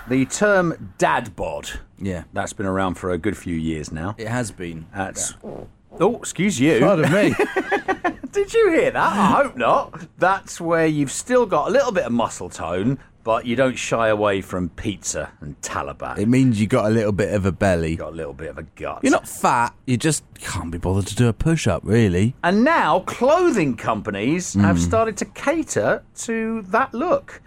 Speaker 3: The term dad bod.
Speaker 2: Yeah.
Speaker 3: That's been around for a good few years now.
Speaker 2: It has been.
Speaker 3: That's. Oh, excuse you.
Speaker 2: Pardon me.
Speaker 3: Did you hear that? I hope not. That's where you've still got a little bit of muscle tone, but you don't shy away from pizza and Taliban.
Speaker 2: it means you got a little bit of a belly.
Speaker 3: got a little bit of a gut.
Speaker 2: You're not fat. You just can't be bothered to do a push up, really.
Speaker 3: And now clothing companies
Speaker 2: Hmm.
Speaker 3: have started to cater to that look.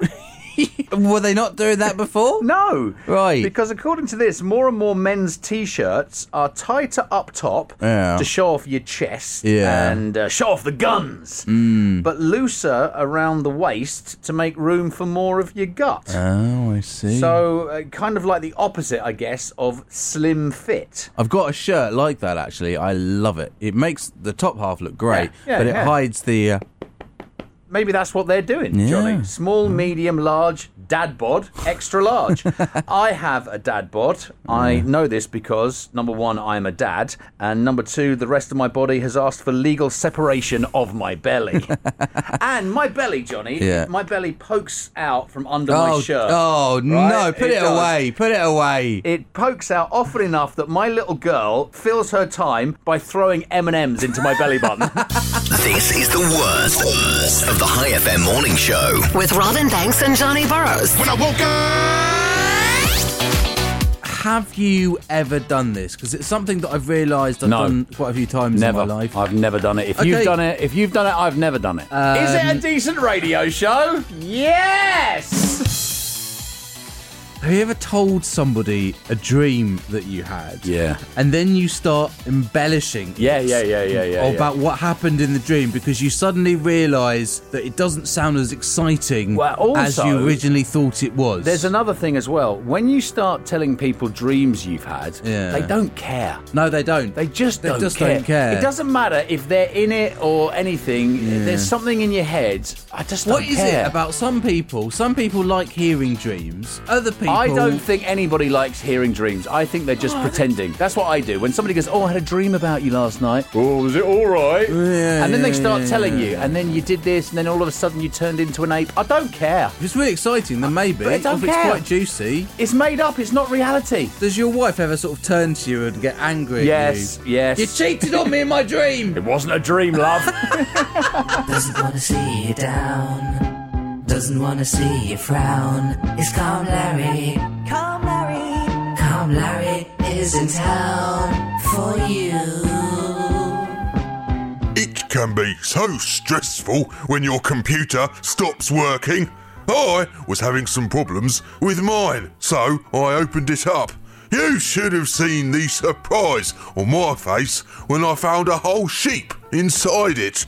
Speaker 2: Were they not doing that before?
Speaker 3: No.
Speaker 2: Right.
Speaker 3: Because according to this, more and more men's t shirts are tighter up top
Speaker 2: Yeah.
Speaker 3: to show off your chest
Speaker 2: Yeah. Hmm.
Speaker 3: and uh, show off the guns, but looser around the waist to make room for more of your gut.
Speaker 2: Oh, I see.
Speaker 3: So, uh, kind of like the opposite, I guess, of slim fit.
Speaker 2: I've got a shirt like that actually. I love it. It makes the top half look great,
Speaker 3: Yeah, yeah,
Speaker 2: but it
Speaker 3: yeah.
Speaker 2: hides the. Uh,
Speaker 3: Maybe that's what they're doing,
Speaker 2: Yeah.
Speaker 3: Johnny. Small, medium, large, dad bod, extra large. I have a dad bod. I know this because number one, I'm a dad, and number two, the rest of my body has asked for legal separation of my belly. and my belly, Johnny,
Speaker 2: Yeah.
Speaker 3: my belly pokes out from under my
Speaker 2: oh,
Speaker 3: shirt.
Speaker 2: oh no!
Speaker 3: Right?
Speaker 2: Put it,
Speaker 3: does.
Speaker 2: away! Put it away!
Speaker 3: it pokes out often enough that my little girl fills her time by throwing M&Ms into my belly button.
Speaker 1: This is the worst, worst of the High FM morning show.
Speaker 5: With Robin Banks and Johnny Burrows.
Speaker 1: When I woke up.
Speaker 2: Have you ever done this? Because it's something that I've realised I've
Speaker 3: No.
Speaker 2: done quite a few times
Speaker 3: never.
Speaker 2: in my life.
Speaker 3: I've never done it. If
Speaker 2: Okay. Um,
Speaker 3: you've done it, if you've done it, I've never done it. Is it a decent radio show? Yes.
Speaker 2: Have you ever told somebody a dream that you had?
Speaker 3: Yeah.
Speaker 2: And then you start embellishing.
Speaker 3: Yeah,
Speaker 2: it
Speaker 3: yeah, yeah, yeah, yeah. yeah.
Speaker 2: About what happened in the dream because you suddenly realise that it doesn't sound as exciting
Speaker 3: Well, also-
Speaker 2: as you originally thought it was.
Speaker 3: There's another thing as well. When you start telling people dreams you've had,
Speaker 2: Yeah.
Speaker 3: they don't care.
Speaker 2: No, they don't.
Speaker 3: They just
Speaker 2: They
Speaker 3: don't
Speaker 2: just
Speaker 3: care.
Speaker 2: don't care.
Speaker 3: It doesn't matter if they're in it or anything. There's something in your head. I just
Speaker 2: What
Speaker 3: don't
Speaker 2: is
Speaker 3: care.
Speaker 2: it about some people? Some people like hearing dreams. Other people.
Speaker 3: I don't think anybody likes hearing dreams. I think they're just pretending. That's what I do. When somebody goes, "Oh, I had a dream about you last night." Oh, was it all right?
Speaker 2: Yeah,
Speaker 3: and then they
Speaker 2: yeah,
Speaker 3: start
Speaker 2: yeah,
Speaker 3: telling you, and then you did this, and then all of a sudden you turned into an ape. I don't care.
Speaker 2: If it's really exciting, then maybe.
Speaker 3: But I don't
Speaker 2: if it's
Speaker 3: care.
Speaker 2: quite juicy.
Speaker 3: It's made up. It's not reality.
Speaker 2: Does your wife ever sort of turn to you and get angry at
Speaker 3: Yes,
Speaker 2: you?
Speaker 3: yes.
Speaker 2: You cheated on me in my dream!
Speaker 3: It wasn't a dream, love.
Speaker 7: Doesn't wanna see you down. Doesn't wanna see you frown. It's Calm Larry. Calm Larry. Calm Larry is in town for you.
Speaker 8: It can be so stressful when your computer stops working. I was having some problems with mine, so I opened it up. You should have seen the surprise on my face when I found a whole sheep inside it.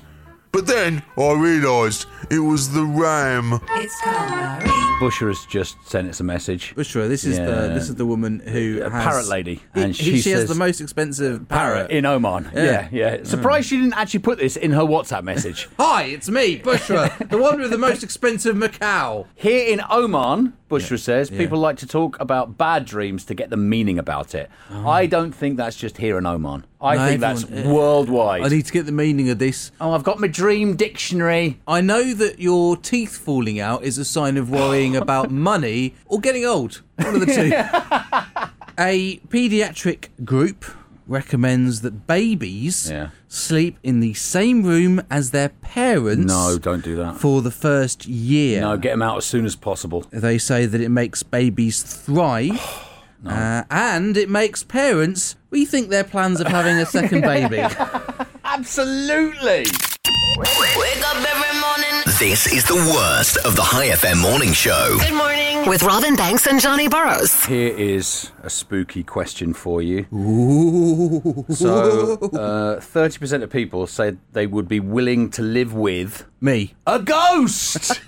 Speaker 8: But then I realised it was the ram.
Speaker 7: It's Calm Larry.
Speaker 3: Busher has just sent us a message.
Speaker 2: Bushra, this is the
Speaker 3: Yeah.
Speaker 2: this is the woman who
Speaker 3: A
Speaker 2: has,
Speaker 3: parrot lady,
Speaker 2: He-
Speaker 3: and
Speaker 2: he-
Speaker 3: she
Speaker 2: has
Speaker 3: says-
Speaker 2: the most expensive parrot.
Speaker 3: Parrot in Oman.
Speaker 2: Yeah.
Speaker 3: Yeah, yeah. Surprised she didn't actually put this in her WhatsApp message.
Speaker 2: Hi, it's me, Bushra, the one with the most expensive Macau.
Speaker 3: Here in Oman, Bushra says, people like to talk about bad dreams to get the meaning about it. I don't think that's just here in Oman. I
Speaker 2: No,
Speaker 3: think that's
Speaker 2: everyone-
Speaker 3: worldwide.
Speaker 2: I need to get the meaning of this.
Speaker 3: oh, I've got my dream dictionary.
Speaker 2: I know that your teeth falling out is a sign of worrying about money or getting old. One of the two. a pediatric group recommends that babies
Speaker 3: Yeah.
Speaker 2: sleep in the same room as their parents.
Speaker 3: No, don't do that.
Speaker 2: For the first year.
Speaker 3: No, get them out as soon as possible.
Speaker 2: They say that it makes babies thrive. Uh, and it makes parents rethink their plans of having a second baby.
Speaker 3: Absolutely.
Speaker 4: Wake up every morning.
Speaker 1: This is the worst of the High FM morning show.
Speaker 4: Good morning.
Speaker 5: With Robin Banks and Johnny Burrows.
Speaker 3: Here is a spooky question for you. So, uh, 30% of people say they would be willing to live with
Speaker 2: Me.
Speaker 3: a ghost.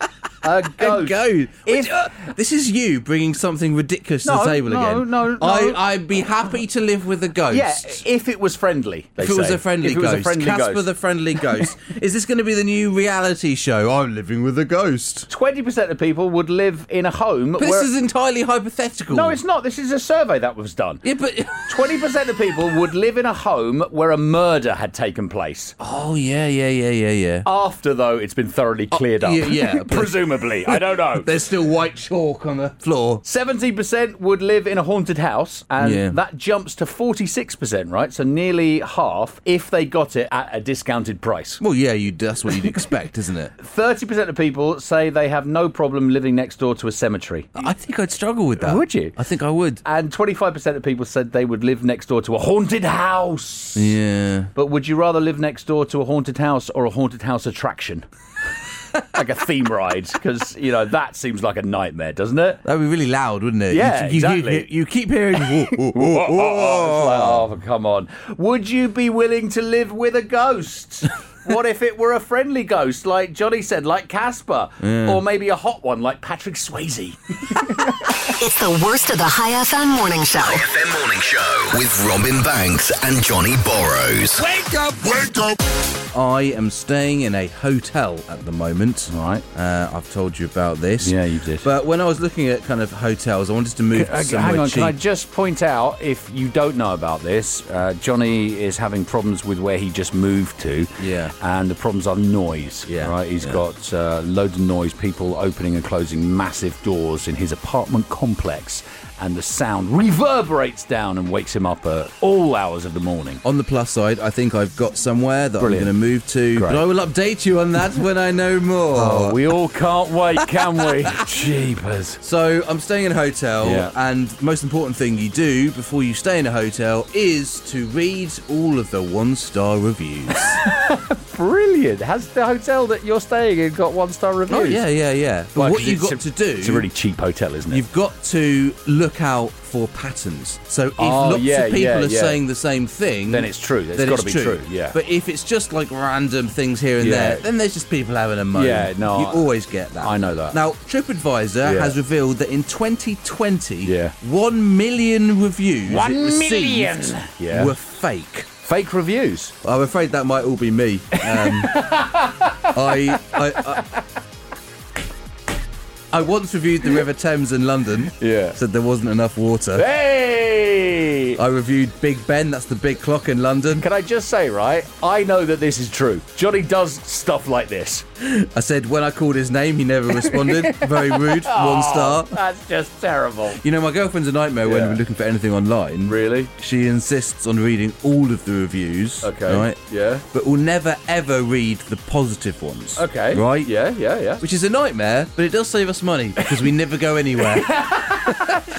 Speaker 3: a ghost.
Speaker 2: Go.
Speaker 3: If-
Speaker 2: this is you bringing something ridiculous to
Speaker 3: No,
Speaker 2: the table
Speaker 3: no,
Speaker 2: again.
Speaker 3: no, no.
Speaker 2: I, I'd be happy to live with a ghost.
Speaker 3: Yeah, if it was friendly. they
Speaker 2: If it was
Speaker 3: say.
Speaker 2: a friendly
Speaker 3: If it was
Speaker 2: ghost,
Speaker 3: a friendly
Speaker 2: Casper
Speaker 3: ghost.
Speaker 2: the friendly ghost. is this going to be the new reality show? I'm living with a ghost.
Speaker 3: Twenty percent of people would live in a home.
Speaker 2: But
Speaker 3: where-
Speaker 2: this is entirely hypothetical.
Speaker 3: no, it's not. This is a survey that was done.
Speaker 2: Yeah, but
Speaker 3: Twenty percent of people would live in a home where a murder had taken place.
Speaker 2: oh yeah, yeah, yeah, yeah, yeah.
Speaker 3: After though, it's been thoroughly cleared up.
Speaker 2: Oh, yeah, yeah.
Speaker 3: presumably. Probably. I don't know.
Speaker 2: There's still white chalk on the floor.
Speaker 3: 70% would live in a haunted house, and
Speaker 2: Yeah.
Speaker 3: that jumps to 46%, right? So nearly half if they got it at a discounted price.
Speaker 2: Well, yeah, you that's what you'd expect, isn't it?
Speaker 3: 30% of people say they have no problem living next door to a cemetery.
Speaker 2: I think I'd struggle with that.
Speaker 3: Would you?
Speaker 2: I think I would.
Speaker 3: And 25% of people said they would live next door to a haunted house.
Speaker 2: Yeah.
Speaker 3: But would you rather live next door to a haunted house or a haunted house attraction? like a theme ride, because, you know, that seems like a nightmare, doesn't it?
Speaker 2: That'd be really loud, wouldn't it? You-
Speaker 3: Yeah,
Speaker 2: you, you-
Speaker 3: exactly.
Speaker 2: You, keep hearing. "Whoa, whoa, whoa,
Speaker 3: Oh, oh,
Speaker 2: whoa."
Speaker 3: oh, oh, come on. Would you be willing to live with a ghost? what if it were a friendly ghost, like Johnny said, like Casper? Or maybe a hot one, like Patrick Swayze?
Speaker 5: It's the worst of the High FM morning show.
Speaker 1: FM Morning Show with Robin Banks and Johnny Borrows.
Speaker 8: Wake up! Wake up!
Speaker 2: I am staying in a hotel at the moment.
Speaker 3: Right.
Speaker 2: Uh, I've told you about this.
Speaker 3: Yeah, you did.
Speaker 2: But when I was looking at kind of hotels, I wanted to move to
Speaker 3: Uh,
Speaker 2: somewhere
Speaker 3: hang on,
Speaker 2: cheap.
Speaker 3: can I just point out if you don't know about this, uh, Johnny is having problems with where he just moved to.
Speaker 2: Yeah.
Speaker 3: And the problems are noise.
Speaker 2: Yeah,
Speaker 3: Right? He's
Speaker 2: yeah.
Speaker 3: got uh, loads of noise, people opening and closing massive doors in his apartment complex, and the sound reverberates down and wakes him up at all hours of the morning.
Speaker 2: On the plus side, I think I've got somewhere that
Speaker 3: Brilliant.
Speaker 2: I'm going to move to.
Speaker 3: Great.
Speaker 2: But I will update you on that when I know more.
Speaker 3: Oh, we all can't wait, can we? Jeepers.
Speaker 2: So I'm staying in a hotel,
Speaker 3: Yeah.
Speaker 2: and the most important thing you do before you stay in a hotel is to read all of the one-star reviews.
Speaker 3: Brilliant. Has the hotel that you're staying in got one star reviews?
Speaker 2: oh yeah, yeah, yeah. But
Speaker 3: Well,
Speaker 2: what
Speaker 3: 'cause
Speaker 2: you've
Speaker 3: it's
Speaker 2: got to
Speaker 3: a-
Speaker 2: do,
Speaker 3: It's a really cheap hotel, isn't it?
Speaker 2: you've got to look out for patterns. So if
Speaker 3: Oh,
Speaker 2: lots
Speaker 3: yeah,
Speaker 2: of people
Speaker 3: yeah,
Speaker 2: are
Speaker 3: yeah.
Speaker 2: saying the same thing,
Speaker 3: Then it's true. It's
Speaker 2: then
Speaker 3: gotta
Speaker 2: it's
Speaker 3: be true, yeah.
Speaker 2: But if it's just like random things here and
Speaker 3: Yeah.
Speaker 2: there, then there's just people having a moan.
Speaker 3: Yeah, no,
Speaker 2: you
Speaker 3: I-
Speaker 2: always get that.
Speaker 3: I know that.
Speaker 2: Now TripAdvisor
Speaker 3: Yeah.
Speaker 2: has revealed that in 2020,
Speaker 3: Yeah.
Speaker 2: one million reviews
Speaker 3: One
Speaker 2: it received
Speaker 3: million! Yeah.
Speaker 2: were fake.
Speaker 3: Fake reviews.
Speaker 2: I'm afraid that might all be me. Um, I, I, I, I once reviewed the River Thames in London.
Speaker 3: Yeah.
Speaker 2: Said there wasn't enough water.
Speaker 3: Hey!
Speaker 2: I reviewed Big Ben, that's the big clock in London.
Speaker 3: Can I just say, right? I know that this is true. Johnny does stuff like this.
Speaker 2: I said when I called his name, he never responded. Very rude. One star.
Speaker 3: That's just terrible.
Speaker 2: You know, my girlfriend's a nightmare when
Speaker 3: Yeah.
Speaker 2: we're looking for anything online.
Speaker 3: Really?
Speaker 2: She insists on reading all of the reviews.
Speaker 3: Okay.
Speaker 2: Right?
Speaker 3: Yeah.
Speaker 2: But will never ever read the positive ones.
Speaker 3: Okay.
Speaker 2: Right?
Speaker 3: Yeah, yeah, yeah.
Speaker 2: Which is a nightmare, but it does save us money because we never go anywhere.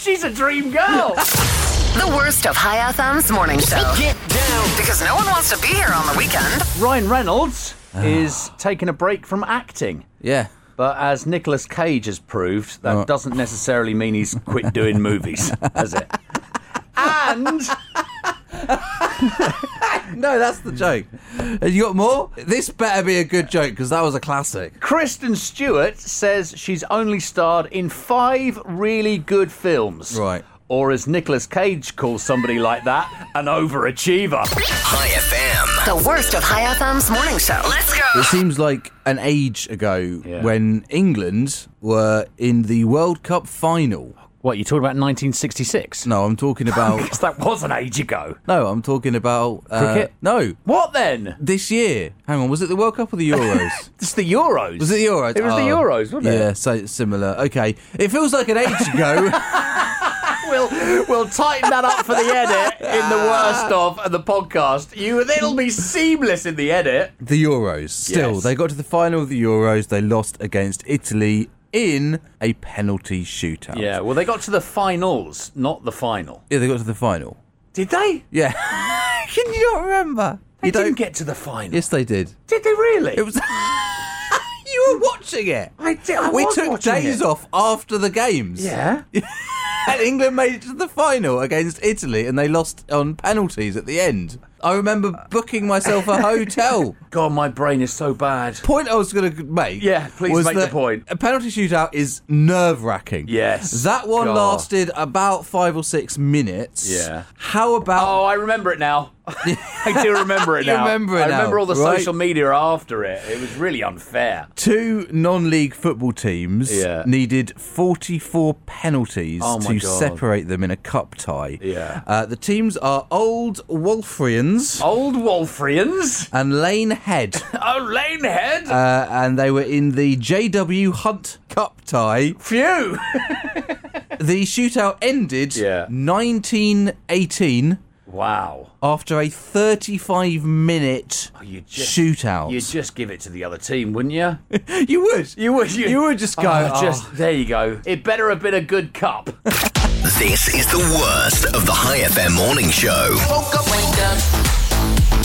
Speaker 3: She's a dream girl.
Speaker 5: The worst of High FM's morning show. Get down. Because no one wants to be here on the weekend.
Speaker 3: Ryan Reynolds
Speaker 2: Ah.
Speaker 3: is taking a break from acting.
Speaker 2: yeah.
Speaker 3: But as Nicolas Cage has proved,
Speaker 2: Ah.
Speaker 3: that doesn't necessarily mean he's quit doing movies, does it? And
Speaker 2: No, that's the joke. Have you got more? This better be a good joke because that was a classic.
Speaker 3: Kristen Stewart says she's only starred in five really good films.
Speaker 2: Right.
Speaker 3: Or as Nicolas Cage calls somebody like that, an overachiever.
Speaker 1: High FM.
Speaker 5: The worst of High FM's morning show. Let's go.
Speaker 2: It seems like an age ago
Speaker 3: Yeah.
Speaker 2: when England were in the World Cup final.
Speaker 3: What, you talking about 1966?
Speaker 2: No, I'm talking about.
Speaker 3: Because that was an age ago.
Speaker 2: no, I'm talking about. Uh,
Speaker 3: Cricket?
Speaker 2: No.
Speaker 3: What then?
Speaker 2: This year. Hang on, was it the World Cup or the Euros?
Speaker 3: It's the Euros.
Speaker 2: Was it the Euros?
Speaker 3: It was the
Speaker 2: Oh,
Speaker 3: Euros, wasn't
Speaker 2: Yeah,
Speaker 3: it?
Speaker 2: so similar. Okay. It feels like an age ago.
Speaker 3: We'll, we'll tighten that up for the edit in the worst of the podcast. You, It'll be seamless in the edit.
Speaker 2: The Euros. Still,
Speaker 3: Yes.
Speaker 2: they got to the final of the Euros. They lost against Italy in a penalty shootout.
Speaker 3: Yeah, well, they got to the finals, not the final.
Speaker 2: Yeah, they got to the final.
Speaker 3: Did they?
Speaker 2: Yeah. Can you not remember?
Speaker 3: They
Speaker 2: you
Speaker 3: didn't get to the final.
Speaker 2: Yes, they did.
Speaker 3: Did they really?
Speaker 2: It was. you were watching it.
Speaker 3: I did- I
Speaker 2: we
Speaker 3: was
Speaker 2: took
Speaker 3: watching
Speaker 2: days
Speaker 3: it.
Speaker 2: off after the games.
Speaker 3: Yeah.
Speaker 2: And England made it to the final against Italy, and they lost on penalties at the end. I remember booking myself a hotel.
Speaker 3: God, my brain is so bad.
Speaker 2: point I was going to make.
Speaker 3: Yeah, please
Speaker 2: was
Speaker 3: make the
Speaker 2: that
Speaker 3: point.
Speaker 2: A penalty shootout is nerve wracking.
Speaker 3: Yes.
Speaker 2: That one
Speaker 3: God.
Speaker 2: lasted about five or six minutes.
Speaker 3: Yeah.
Speaker 2: How
Speaker 3: Oh,
Speaker 2: about.
Speaker 3: I remember it now. I do remember it
Speaker 2: You
Speaker 3: now.
Speaker 2: remember it
Speaker 3: I remember
Speaker 2: now,
Speaker 3: all the
Speaker 2: right?
Speaker 3: social media after it. It was really unfair.
Speaker 2: Two non-league football teams
Speaker 3: Yeah.
Speaker 2: needed 44 penalties
Speaker 3: Oh my
Speaker 2: to
Speaker 3: God.
Speaker 2: separate them in a cup tie.
Speaker 3: Yeah.
Speaker 2: Uh, the teams are Old Wolfrians
Speaker 3: Old Wolfrians.
Speaker 2: and Lane Head,
Speaker 3: Oh, Lanehead.
Speaker 2: uh, and they were in the JW Hunt Cup. cup tie.
Speaker 3: Phew!
Speaker 2: The shootout ended
Speaker 3: Yeah.
Speaker 2: 1918
Speaker 3: Wow.
Speaker 2: after a 35 minute
Speaker 3: Oh, you just-
Speaker 2: shootout.
Speaker 3: You'd just give it to the other team, wouldn't you?
Speaker 2: You would.
Speaker 3: You would. You,
Speaker 2: You would just go,
Speaker 3: Oh, just
Speaker 2: "Oh."
Speaker 3: there. You go. It better have been a good cup.
Speaker 1: This is the worst of the High FM morning show.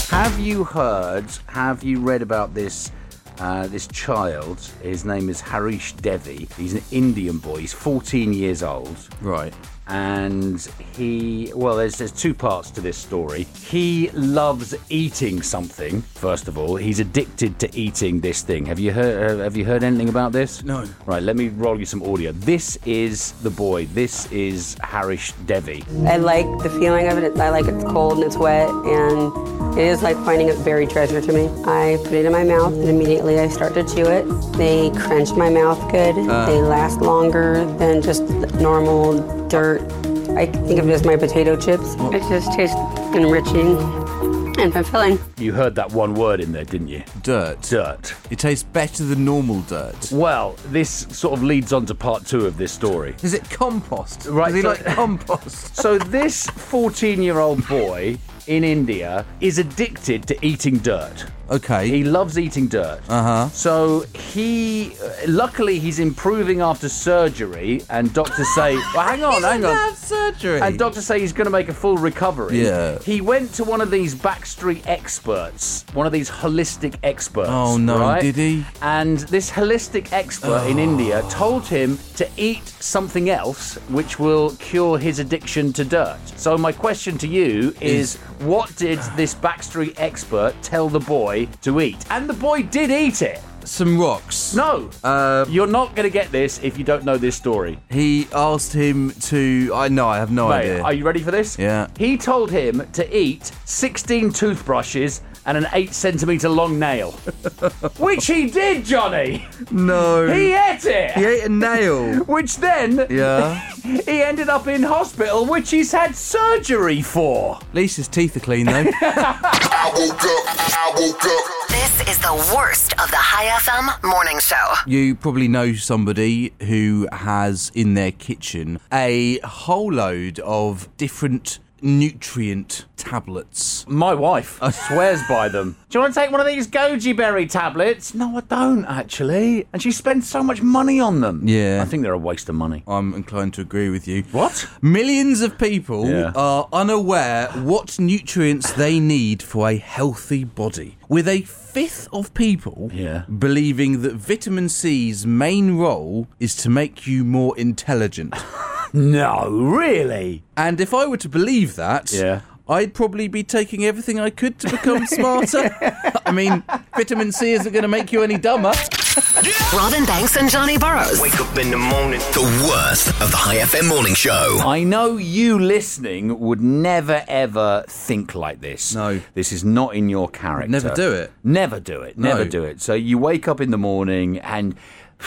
Speaker 3: Have you heard? Have you read about this? Uh, this child, his name is Harish Devi. He's an Indian boy. He's 14 years old,
Speaker 2: Right.
Speaker 3: and he well, there's there's two parts to this story. He loves eating something. First of all, he's addicted to eating this thing. Have you heard? uh, Have you heard anything about this?
Speaker 2: No.
Speaker 3: Right. Let me roll you some audio. This is the boy. This is Harish Devi.
Speaker 10: I like the feeling of it. I like it's cold and it's wet, and it is like finding a buried treasure to me. I put it in my mouth, and immediately I start to chew it. They crunch my mouth good. they last longer than just normal dirt. I think of it as my potato chips. It just tastes enriching and fulfilling.
Speaker 3: You heard that one word in there, didn't you?
Speaker 2: Dirt.
Speaker 3: Dirt.
Speaker 2: It tastes better than normal dirt.
Speaker 3: Well, this sort of leads on to part two of this story.
Speaker 2: Is it compost?
Speaker 3: Right,
Speaker 2: Does he
Speaker 3: so-
Speaker 2: like compost?
Speaker 3: So, this 14 year old boy in India is addicted to eating dirt.
Speaker 2: Okay.
Speaker 3: He loves eating dirt. Uh huh. So, he uh, luckily he's improving after surgery, and doctors say, well, hang on, hang on.
Speaker 2: Have surgery.
Speaker 3: And doctors say he's going to make a full recovery.
Speaker 2: Yeah.
Speaker 3: He went to one of these backstreet experts, one of these holistic experts.
Speaker 2: Oh, no,
Speaker 3: right?
Speaker 2: did he? Oh.
Speaker 3: And this holistic expert in India told him to eat something else which will cure his addiction to dirt. So my question to you is, what did this backstreet expert tell the boy to eat? And the boy did eat it.
Speaker 2: Some rocks.
Speaker 3: No.
Speaker 2: Uh,
Speaker 3: You're not going to get this if you don't know this story.
Speaker 2: He asked him to. I know. I have no
Speaker 3: Mate,
Speaker 2: idea.
Speaker 3: are you ready for this?
Speaker 2: Oh, Yeah.
Speaker 3: He told him to eat 16 toothbrushes and an 8 centimetre long nail. which he did, Johnny!
Speaker 2: no.
Speaker 3: He ate it!
Speaker 2: He ate a nail.
Speaker 3: Which then,
Speaker 2: yeah.
Speaker 3: he ended up in hospital, which he's had surgery for.
Speaker 2: At least his teeth are clean though.
Speaker 9: I woke up, I woke up.
Speaker 5: This is the worst of the High FM morning show.
Speaker 2: you probably know somebody who has in their kitchen a whole load of different nutrient tablets.
Speaker 3: My wife swears by them. Do you want to take one of these goji berry tablets? No, I don't, actually. And she spends so much money on them.
Speaker 2: Yeah.
Speaker 3: I think they're a waste of money.
Speaker 2: I'm inclined to agree with you.
Speaker 3: What?
Speaker 2: Millions of people
Speaker 3: Yeah.
Speaker 2: are unaware what nutrients they need for a healthy body. With a fifth of people
Speaker 3: Yeah.
Speaker 2: believing that vitamin C's main role is to make you more intelligent.
Speaker 3: No, really?
Speaker 2: and if I were to believe that,
Speaker 3: Yeah.
Speaker 2: I'd probably be taking everything I could to become smarter. I mean, vitamin C isn't going to make you any dumber.
Speaker 5: Robin Banks and Johnny Burrows.
Speaker 1: Wake up in the morning. The worst of the High FM morning show.
Speaker 3: I know you listening would never ever think like this.
Speaker 2: No.
Speaker 3: This is not in your character.
Speaker 2: Never do it.
Speaker 3: Never do it. Never
Speaker 2: No.
Speaker 3: do it. So you wake up in the morning and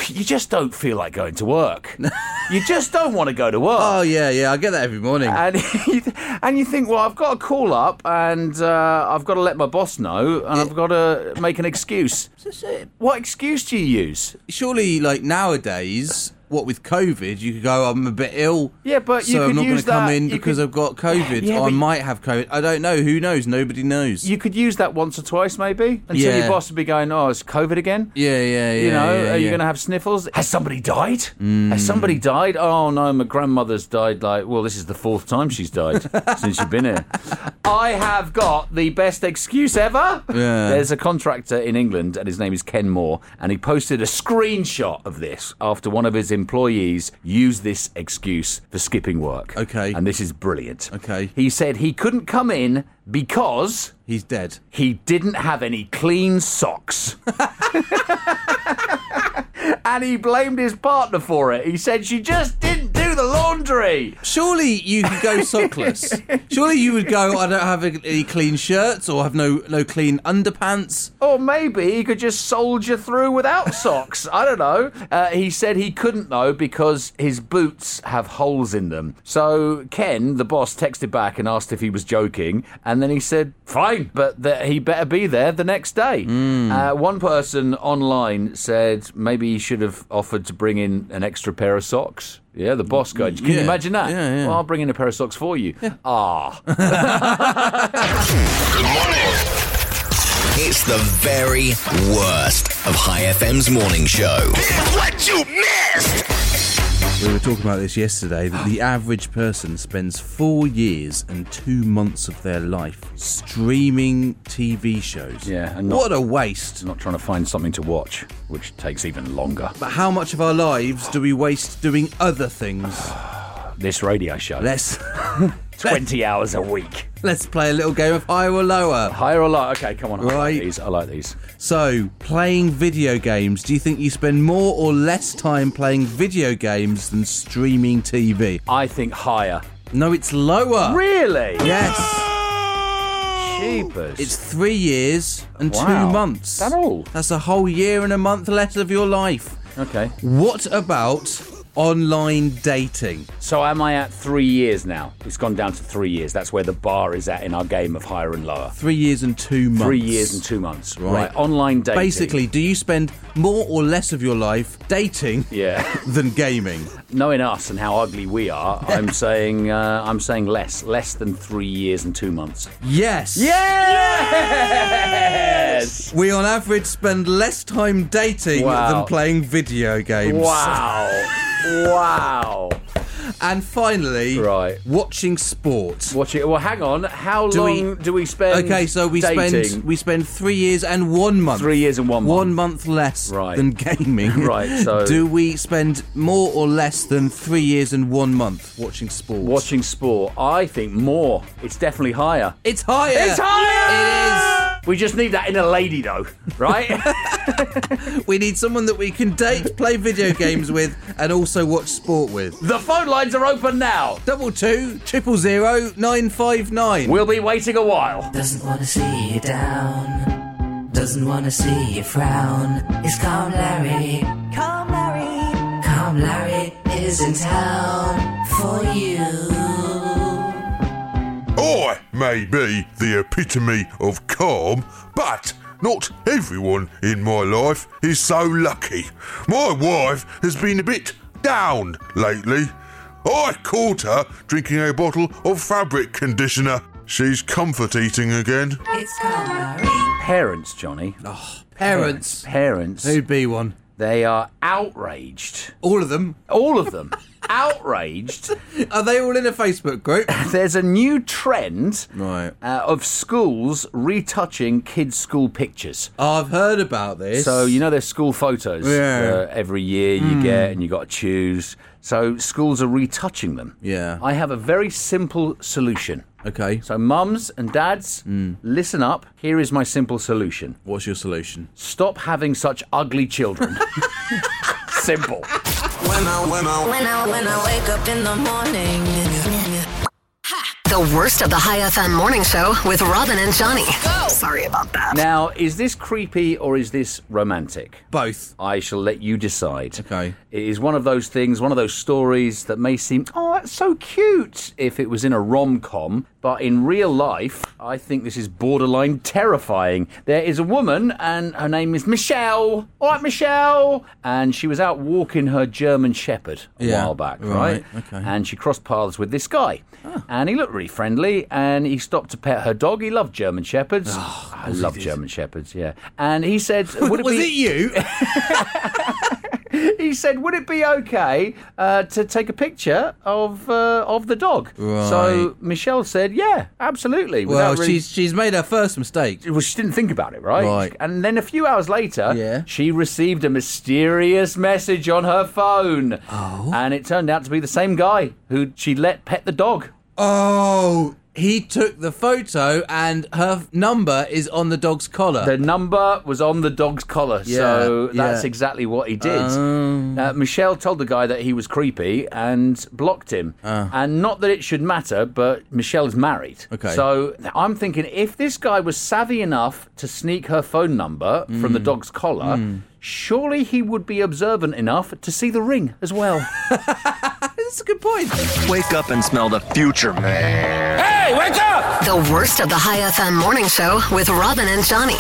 Speaker 3: you just don't feel like going to work. you just don't want to go to work.
Speaker 2: Oh, yeah, yeah, I get that every morning.
Speaker 3: and you th- and you think, well, I've got to call up and uh, I've got to let my boss know and I've got to make an excuse. What excuse do you use?
Speaker 2: surely like nowadays what with covid you could go i'm a bit ill
Speaker 3: Yeah, but you
Speaker 2: so
Speaker 3: could
Speaker 2: i'm not
Speaker 3: use
Speaker 2: to come
Speaker 3: that-
Speaker 2: in
Speaker 3: you
Speaker 2: because
Speaker 3: could-
Speaker 2: i've got covid
Speaker 3: Yeah,
Speaker 2: or i
Speaker 3: but-
Speaker 2: might have covid i don't know who knows nobody knows
Speaker 3: You could use that once or twice, maybe, until
Speaker 2: Yeah.
Speaker 3: your boss would be going, "Oh, it's COVID again."
Speaker 2: yeah yeah yeah
Speaker 3: You know,
Speaker 2: yeah,
Speaker 3: are you
Speaker 2: yeah. Mm.
Speaker 3: going to have sniffles? Has somebody died? Has somebody died? Oh no, my grandmother's died. Like, well, this is the fourth time she's died since you've been here. I have got the best excuse ever.
Speaker 2: Yeah.
Speaker 3: There's a contractor in England, and his name is Ken Moore, and he posted a screenshot of this after one of his employees used this excuse for skipping work.
Speaker 2: Okay.
Speaker 3: and this is brilliant.
Speaker 2: Okay.
Speaker 3: he said he couldn't come in because
Speaker 2: he's dead
Speaker 3: he didn't have any clean socks. and he blamed his partner for it. He said she just didn't do the laundry.
Speaker 2: Surely you could go sockless. Surely you would go. I don't have any clean shirts or have no no clean underpants.
Speaker 3: Or maybe he could just soldier through without socks. I don't know. Uh, he said he couldn't, though, because his boots have holes in them. So Ken, the boss, texted back and asked if he was joking. And then he said, fine, but that he better be there the next day.
Speaker 2: Hmm.
Speaker 3: Uh, one person online said maybe he should have offered to bring in an extra pair of socks. Yeah, the boss guy. Can you
Speaker 2: Yeah.
Speaker 3: imagine that?
Speaker 2: Yeah, yeah.
Speaker 3: Well, I'll bring in a pair of socks for you. Ah.
Speaker 1: It's the very worst of High FM's morning show.
Speaker 9: What you missed?
Speaker 2: We were talking about this yesterday that the average person spends four years and two months of their life streaming TV shows.
Speaker 3: Yeah, and not-
Speaker 2: what a waste.
Speaker 3: Not trying to find something to watch, which takes even longer.
Speaker 2: But how much of our lives do we waste doing other things?
Speaker 3: This radio show.
Speaker 2: Let's
Speaker 3: 20 hours a week.
Speaker 2: let's play a little game of higher or lower.
Speaker 3: Higher or lower? Okay, come on. I like
Speaker 2: Right.
Speaker 3: these. I like these.
Speaker 2: So, playing video games. Do you think you spend more or less time playing video games than streaming TV?
Speaker 3: I think higher.
Speaker 2: No, it's lower.
Speaker 3: Really?
Speaker 2: Yes.
Speaker 3: Cheapers.
Speaker 2: It's three years and
Speaker 3: Wow.
Speaker 2: two months.
Speaker 3: That all?
Speaker 2: That's a whole year and a month less of your life.
Speaker 3: okay.
Speaker 2: What about online dating?
Speaker 3: So am I at three years now? It's gone down to three years. That's where the bar is at in our game of higher and lower.
Speaker 2: Three years and two months.
Speaker 3: Three years and two months. Right.
Speaker 2: Right.
Speaker 3: Online dating.
Speaker 2: Basically, do you spend more or less of your life dating
Speaker 3: Yeah.
Speaker 2: than gaming?
Speaker 3: Knowing us and how ugly we are, I'm saying uh, I'm saying less. Less than three years and two months.
Speaker 2: Yes.
Speaker 3: Yes.
Speaker 2: We on average spend less time dating
Speaker 3: Wow.
Speaker 2: than playing video games.
Speaker 3: Wow. wow.
Speaker 2: And finally,
Speaker 3: Right.
Speaker 2: watching sport.
Speaker 3: Watch it. Well, hang on. How
Speaker 2: Do we-
Speaker 3: long do we spend?
Speaker 2: Okay, so we
Speaker 3: dating?
Speaker 2: spend we spend three years and one month.
Speaker 3: Three years and one month.
Speaker 2: One month less
Speaker 3: Right.
Speaker 2: than gaming.
Speaker 3: Right, so-
Speaker 2: do we spend more or less than three years and one month watching sports?
Speaker 3: watching sport. I think more. It's definitely higher.
Speaker 2: It's higher.
Speaker 3: It's higher!
Speaker 2: It
Speaker 3: We just need that in a lady, though, right?
Speaker 2: is. We need someone that we can date, play video games with, and also watch sport with.
Speaker 3: the phone lines are open now.
Speaker 2: Double two triple zero nine five nine.
Speaker 3: We'll be waiting a while.
Speaker 7: Doesn't wanna see you down. Doesn't wanna see you frown. It's Calm Larry. Calm Larry. Calm Larry is in town for you.
Speaker 8: I may be the epitome of calm, but not everyone in my life is so lucky. My wife has been a bit down lately. I caught her drinking a bottle of fabric conditioner. She's comfort eating again.
Speaker 7: It's Calm Larry.
Speaker 3: Parents, Johnny.
Speaker 2: Parents,
Speaker 3: Parents.
Speaker 2: who'd be one?
Speaker 3: They are outraged.
Speaker 2: All of them.
Speaker 3: All of them. outraged.
Speaker 2: Are they all in a Facebook group?
Speaker 3: There's a new trend
Speaker 2: Right.
Speaker 3: uh, of schools retouching kids' school pictures.
Speaker 2: I've heard about this.
Speaker 3: So you know there's school photos
Speaker 2: Yeah. Hmm.
Speaker 3: uh, every year you get and you got to choose. So schools are retouching them.
Speaker 2: Yeah.
Speaker 3: I have a very simple solution.
Speaker 2: Okay.
Speaker 3: So mums and dads,
Speaker 2: Hmm.
Speaker 3: listen up. Here is my simple solution.
Speaker 2: What's your solution?
Speaker 3: Stop having such ugly children. simple.
Speaker 4: When I when I wake up in the morning.
Speaker 5: The worst of the High FM morning show with Robin and Johnny. Sorry about that.
Speaker 3: Now, is this creepy or is this romantic?
Speaker 2: Both.
Speaker 3: I shall let you decide.
Speaker 2: Okay.
Speaker 3: It is one of those things, one of those stories that may seem, oh, that's so cute if it was in a rom com, but in real life, I think this is borderline terrifying. There is a woman, and her name is Michelle. All right, Michelle. And she was out walking her German Shepherd a
Speaker 2: Yeah,
Speaker 3: while back, right?
Speaker 2: right, okay. Ah.
Speaker 3: And she crossed paths with this guy. And he looked really friendly, and he stopped to pet her dog. He loved German Shepherds. I love German Shepherds, yeah. And he said, would it
Speaker 2: Ah, Was
Speaker 3: be.
Speaker 2: it you?
Speaker 3: He said, "Would it be okay uh, to take a picture of uh, of the dog?" So Michelle said, "Yeah, absolutely."
Speaker 2: well,
Speaker 3: without really-
Speaker 2: she's she's made her first mistake.
Speaker 3: well, she didn't think about it, right?
Speaker 2: Right.
Speaker 3: And then a few hours later,
Speaker 2: Yeah.
Speaker 3: she received a mysterious message on her phone, oh. and it turned out to be the same guy who she let pet the dog.
Speaker 2: Oh, He took the photo, and her f- number is on the dog's collar.
Speaker 3: The number was on the dog's collar,
Speaker 2: Yeah, Oh.
Speaker 3: so that's
Speaker 2: yeah.
Speaker 3: exactly what he did. Uh, Michelle told the guy that he was creepy and blocked him.
Speaker 2: Ah.
Speaker 3: And not that it should matter, but Michelle's married.
Speaker 2: Okay.
Speaker 3: So I'm thinking if this guy was savvy enough to sneak her phone number from
Speaker 2: Mm.
Speaker 3: the dog's collar, surely he would be observant enough to see the ring as well.
Speaker 2: That's a good point.
Speaker 1: Wake up and smell the future, man.
Speaker 3: hey, wake up!
Speaker 5: The worst of the High FM morning show with Robin and Johnny.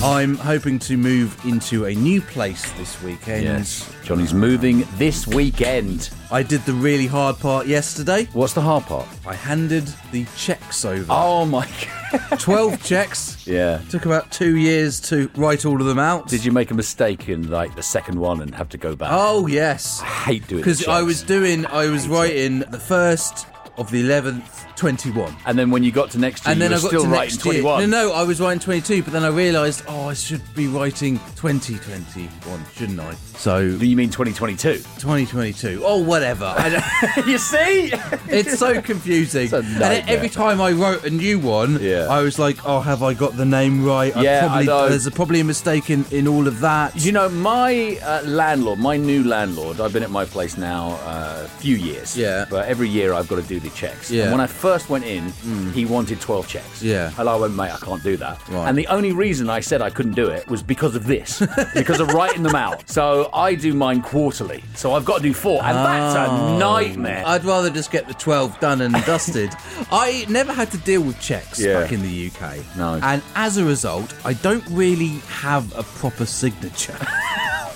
Speaker 2: I'm hoping to move into a new place this weekend.
Speaker 3: Yes. Johnny's moving this weekend.
Speaker 2: I did the really hard part yesterday.
Speaker 3: What's the hard part?
Speaker 2: I handed the checks over.
Speaker 3: Oh my god.
Speaker 2: 12 checks.
Speaker 3: Yeah.
Speaker 2: Took about two years to write all of them out.
Speaker 3: Did you make a mistake in like the second one and have to go back?
Speaker 2: Oh, yes.
Speaker 3: I hate doing
Speaker 2: Because
Speaker 3: the
Speaker 2: I
Speaker 3: checks.
Speaker 2: was doing, I was writing the first of the 11th, 21.
Speaker 3: And then when you got to next year,
Speaker 2: And then
Speaker 3: you
Speaker 2: I
Speaker 3: were
Speaker 2: got
Speaker 3: still
Speaker 2: to
Speaker 3: writing
Speaker 2: next year.
Speaker 3: 21.
Speaker 2: No, no, I was writing 22, but then I realised, oh, I should be writing 2021, shouldn't I? So
Speaker 3: Do you mean 2022?
Speaker 2: 2022, oh, whatever. I don't-
Speaker 3: you see?
Speaker 2: it's so confusing.
Speaker 3: a
Speaker 2: and
Speaker 3: nightmare.
Speaker 2: then every time I wrote a new one,
Speaker 3: Yeah.
Speaker 2: I was like, oh, have I got the name right?
Speaker 3: Yeah, I
Speaker 2: probably,
Speaker 3: know.
Speaker 2: There's a, probably a mistake in, in all of that.
Speaker 3: You know, my uh, landlord, my new landlord, I've been at my place now uh, a few years.
Speaker 2: Yeah.
Speaker 3: But every year I've got to do the checks.
Speaker 2: Yeah. Mm.
Speaker 3: And when I first went in, he wanted 12 checks.
Speaker 2: Yeah.
Speaker 3: And I went, mate, I can't do that.
Speaker 2: Right.
Speaker 3: And the only reason I said I couldn't do it was because of this, because of writing them out. So I do mine quarterly. So I've got to do four. And that's
Speaker 2: Oh.
Speaker 3: a nightmare.
Speaker 2: I'd rather just get the 12 done and dusted. I never had to deal with checks
Speaker 3: Yeah.
Speaker 2: back in the UK.
Speaker 3: No.
Speaker 2: And as a result, I don't really have a proper signature.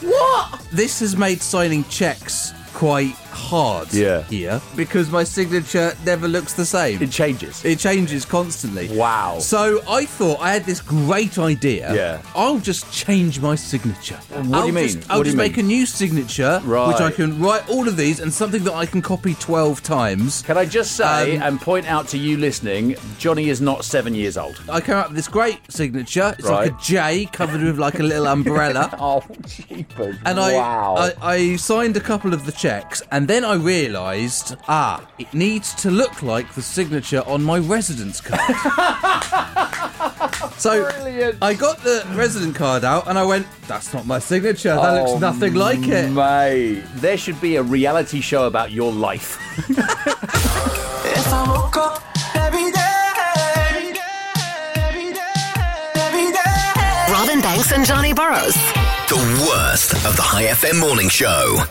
Speaker 2: what? This has made signing checks quite hard
Speaker 3: Yeah.
Speaker 2: here because my signature never looks the same.
Speaker 3: it changes.
Speaker 2: It changes constantly.
Speaker 3: Wow.
Speaker 2: So I thought I had this great idea.
Speaker 3: Yeah.
Speaker 2: I'll just change my signature.
Speaker 3: What do you
Speaker 2: I'll
Speaker 3: mean?
Speaker 2: Just, I'll
Speaker 3: What do
Speaker 2: just
Speaker 3: you
Speaker 2: make a
Speaker 3: mean?
Speaker 2: new signature, which
Speaker 3: Right.
Speaker 2: I can write all of these and something that I can copy 12 times.
Speaker 3: Can I just say
Speaker 2: Um,
Speaker 3: and point out to you listening, Johnny is not seven years old.
Speaker 2: I came up with this great signature. It's like a
Speaker 3: Right.
Speaker 2: J covered with like a little umbrella.
Speaker 3: Oh, jeepers.
Speaker 2: And I, I, I signed a couple of the checks, and then I realised, ah, it needs to look like the signature on my residence card. so
Speaker 3: Brilliant.
Speaker 2: I got the resident card out, and I went, that's not my signature. That
Speaker 3: Oh,
Speaker 2: looks nothing like it.
Speaker 3: Mate, there should be a reality show about your life.
Speaker 5: Robin Banks and Johnny Burrows.
Speaker 1: The worst of the High FM morning show.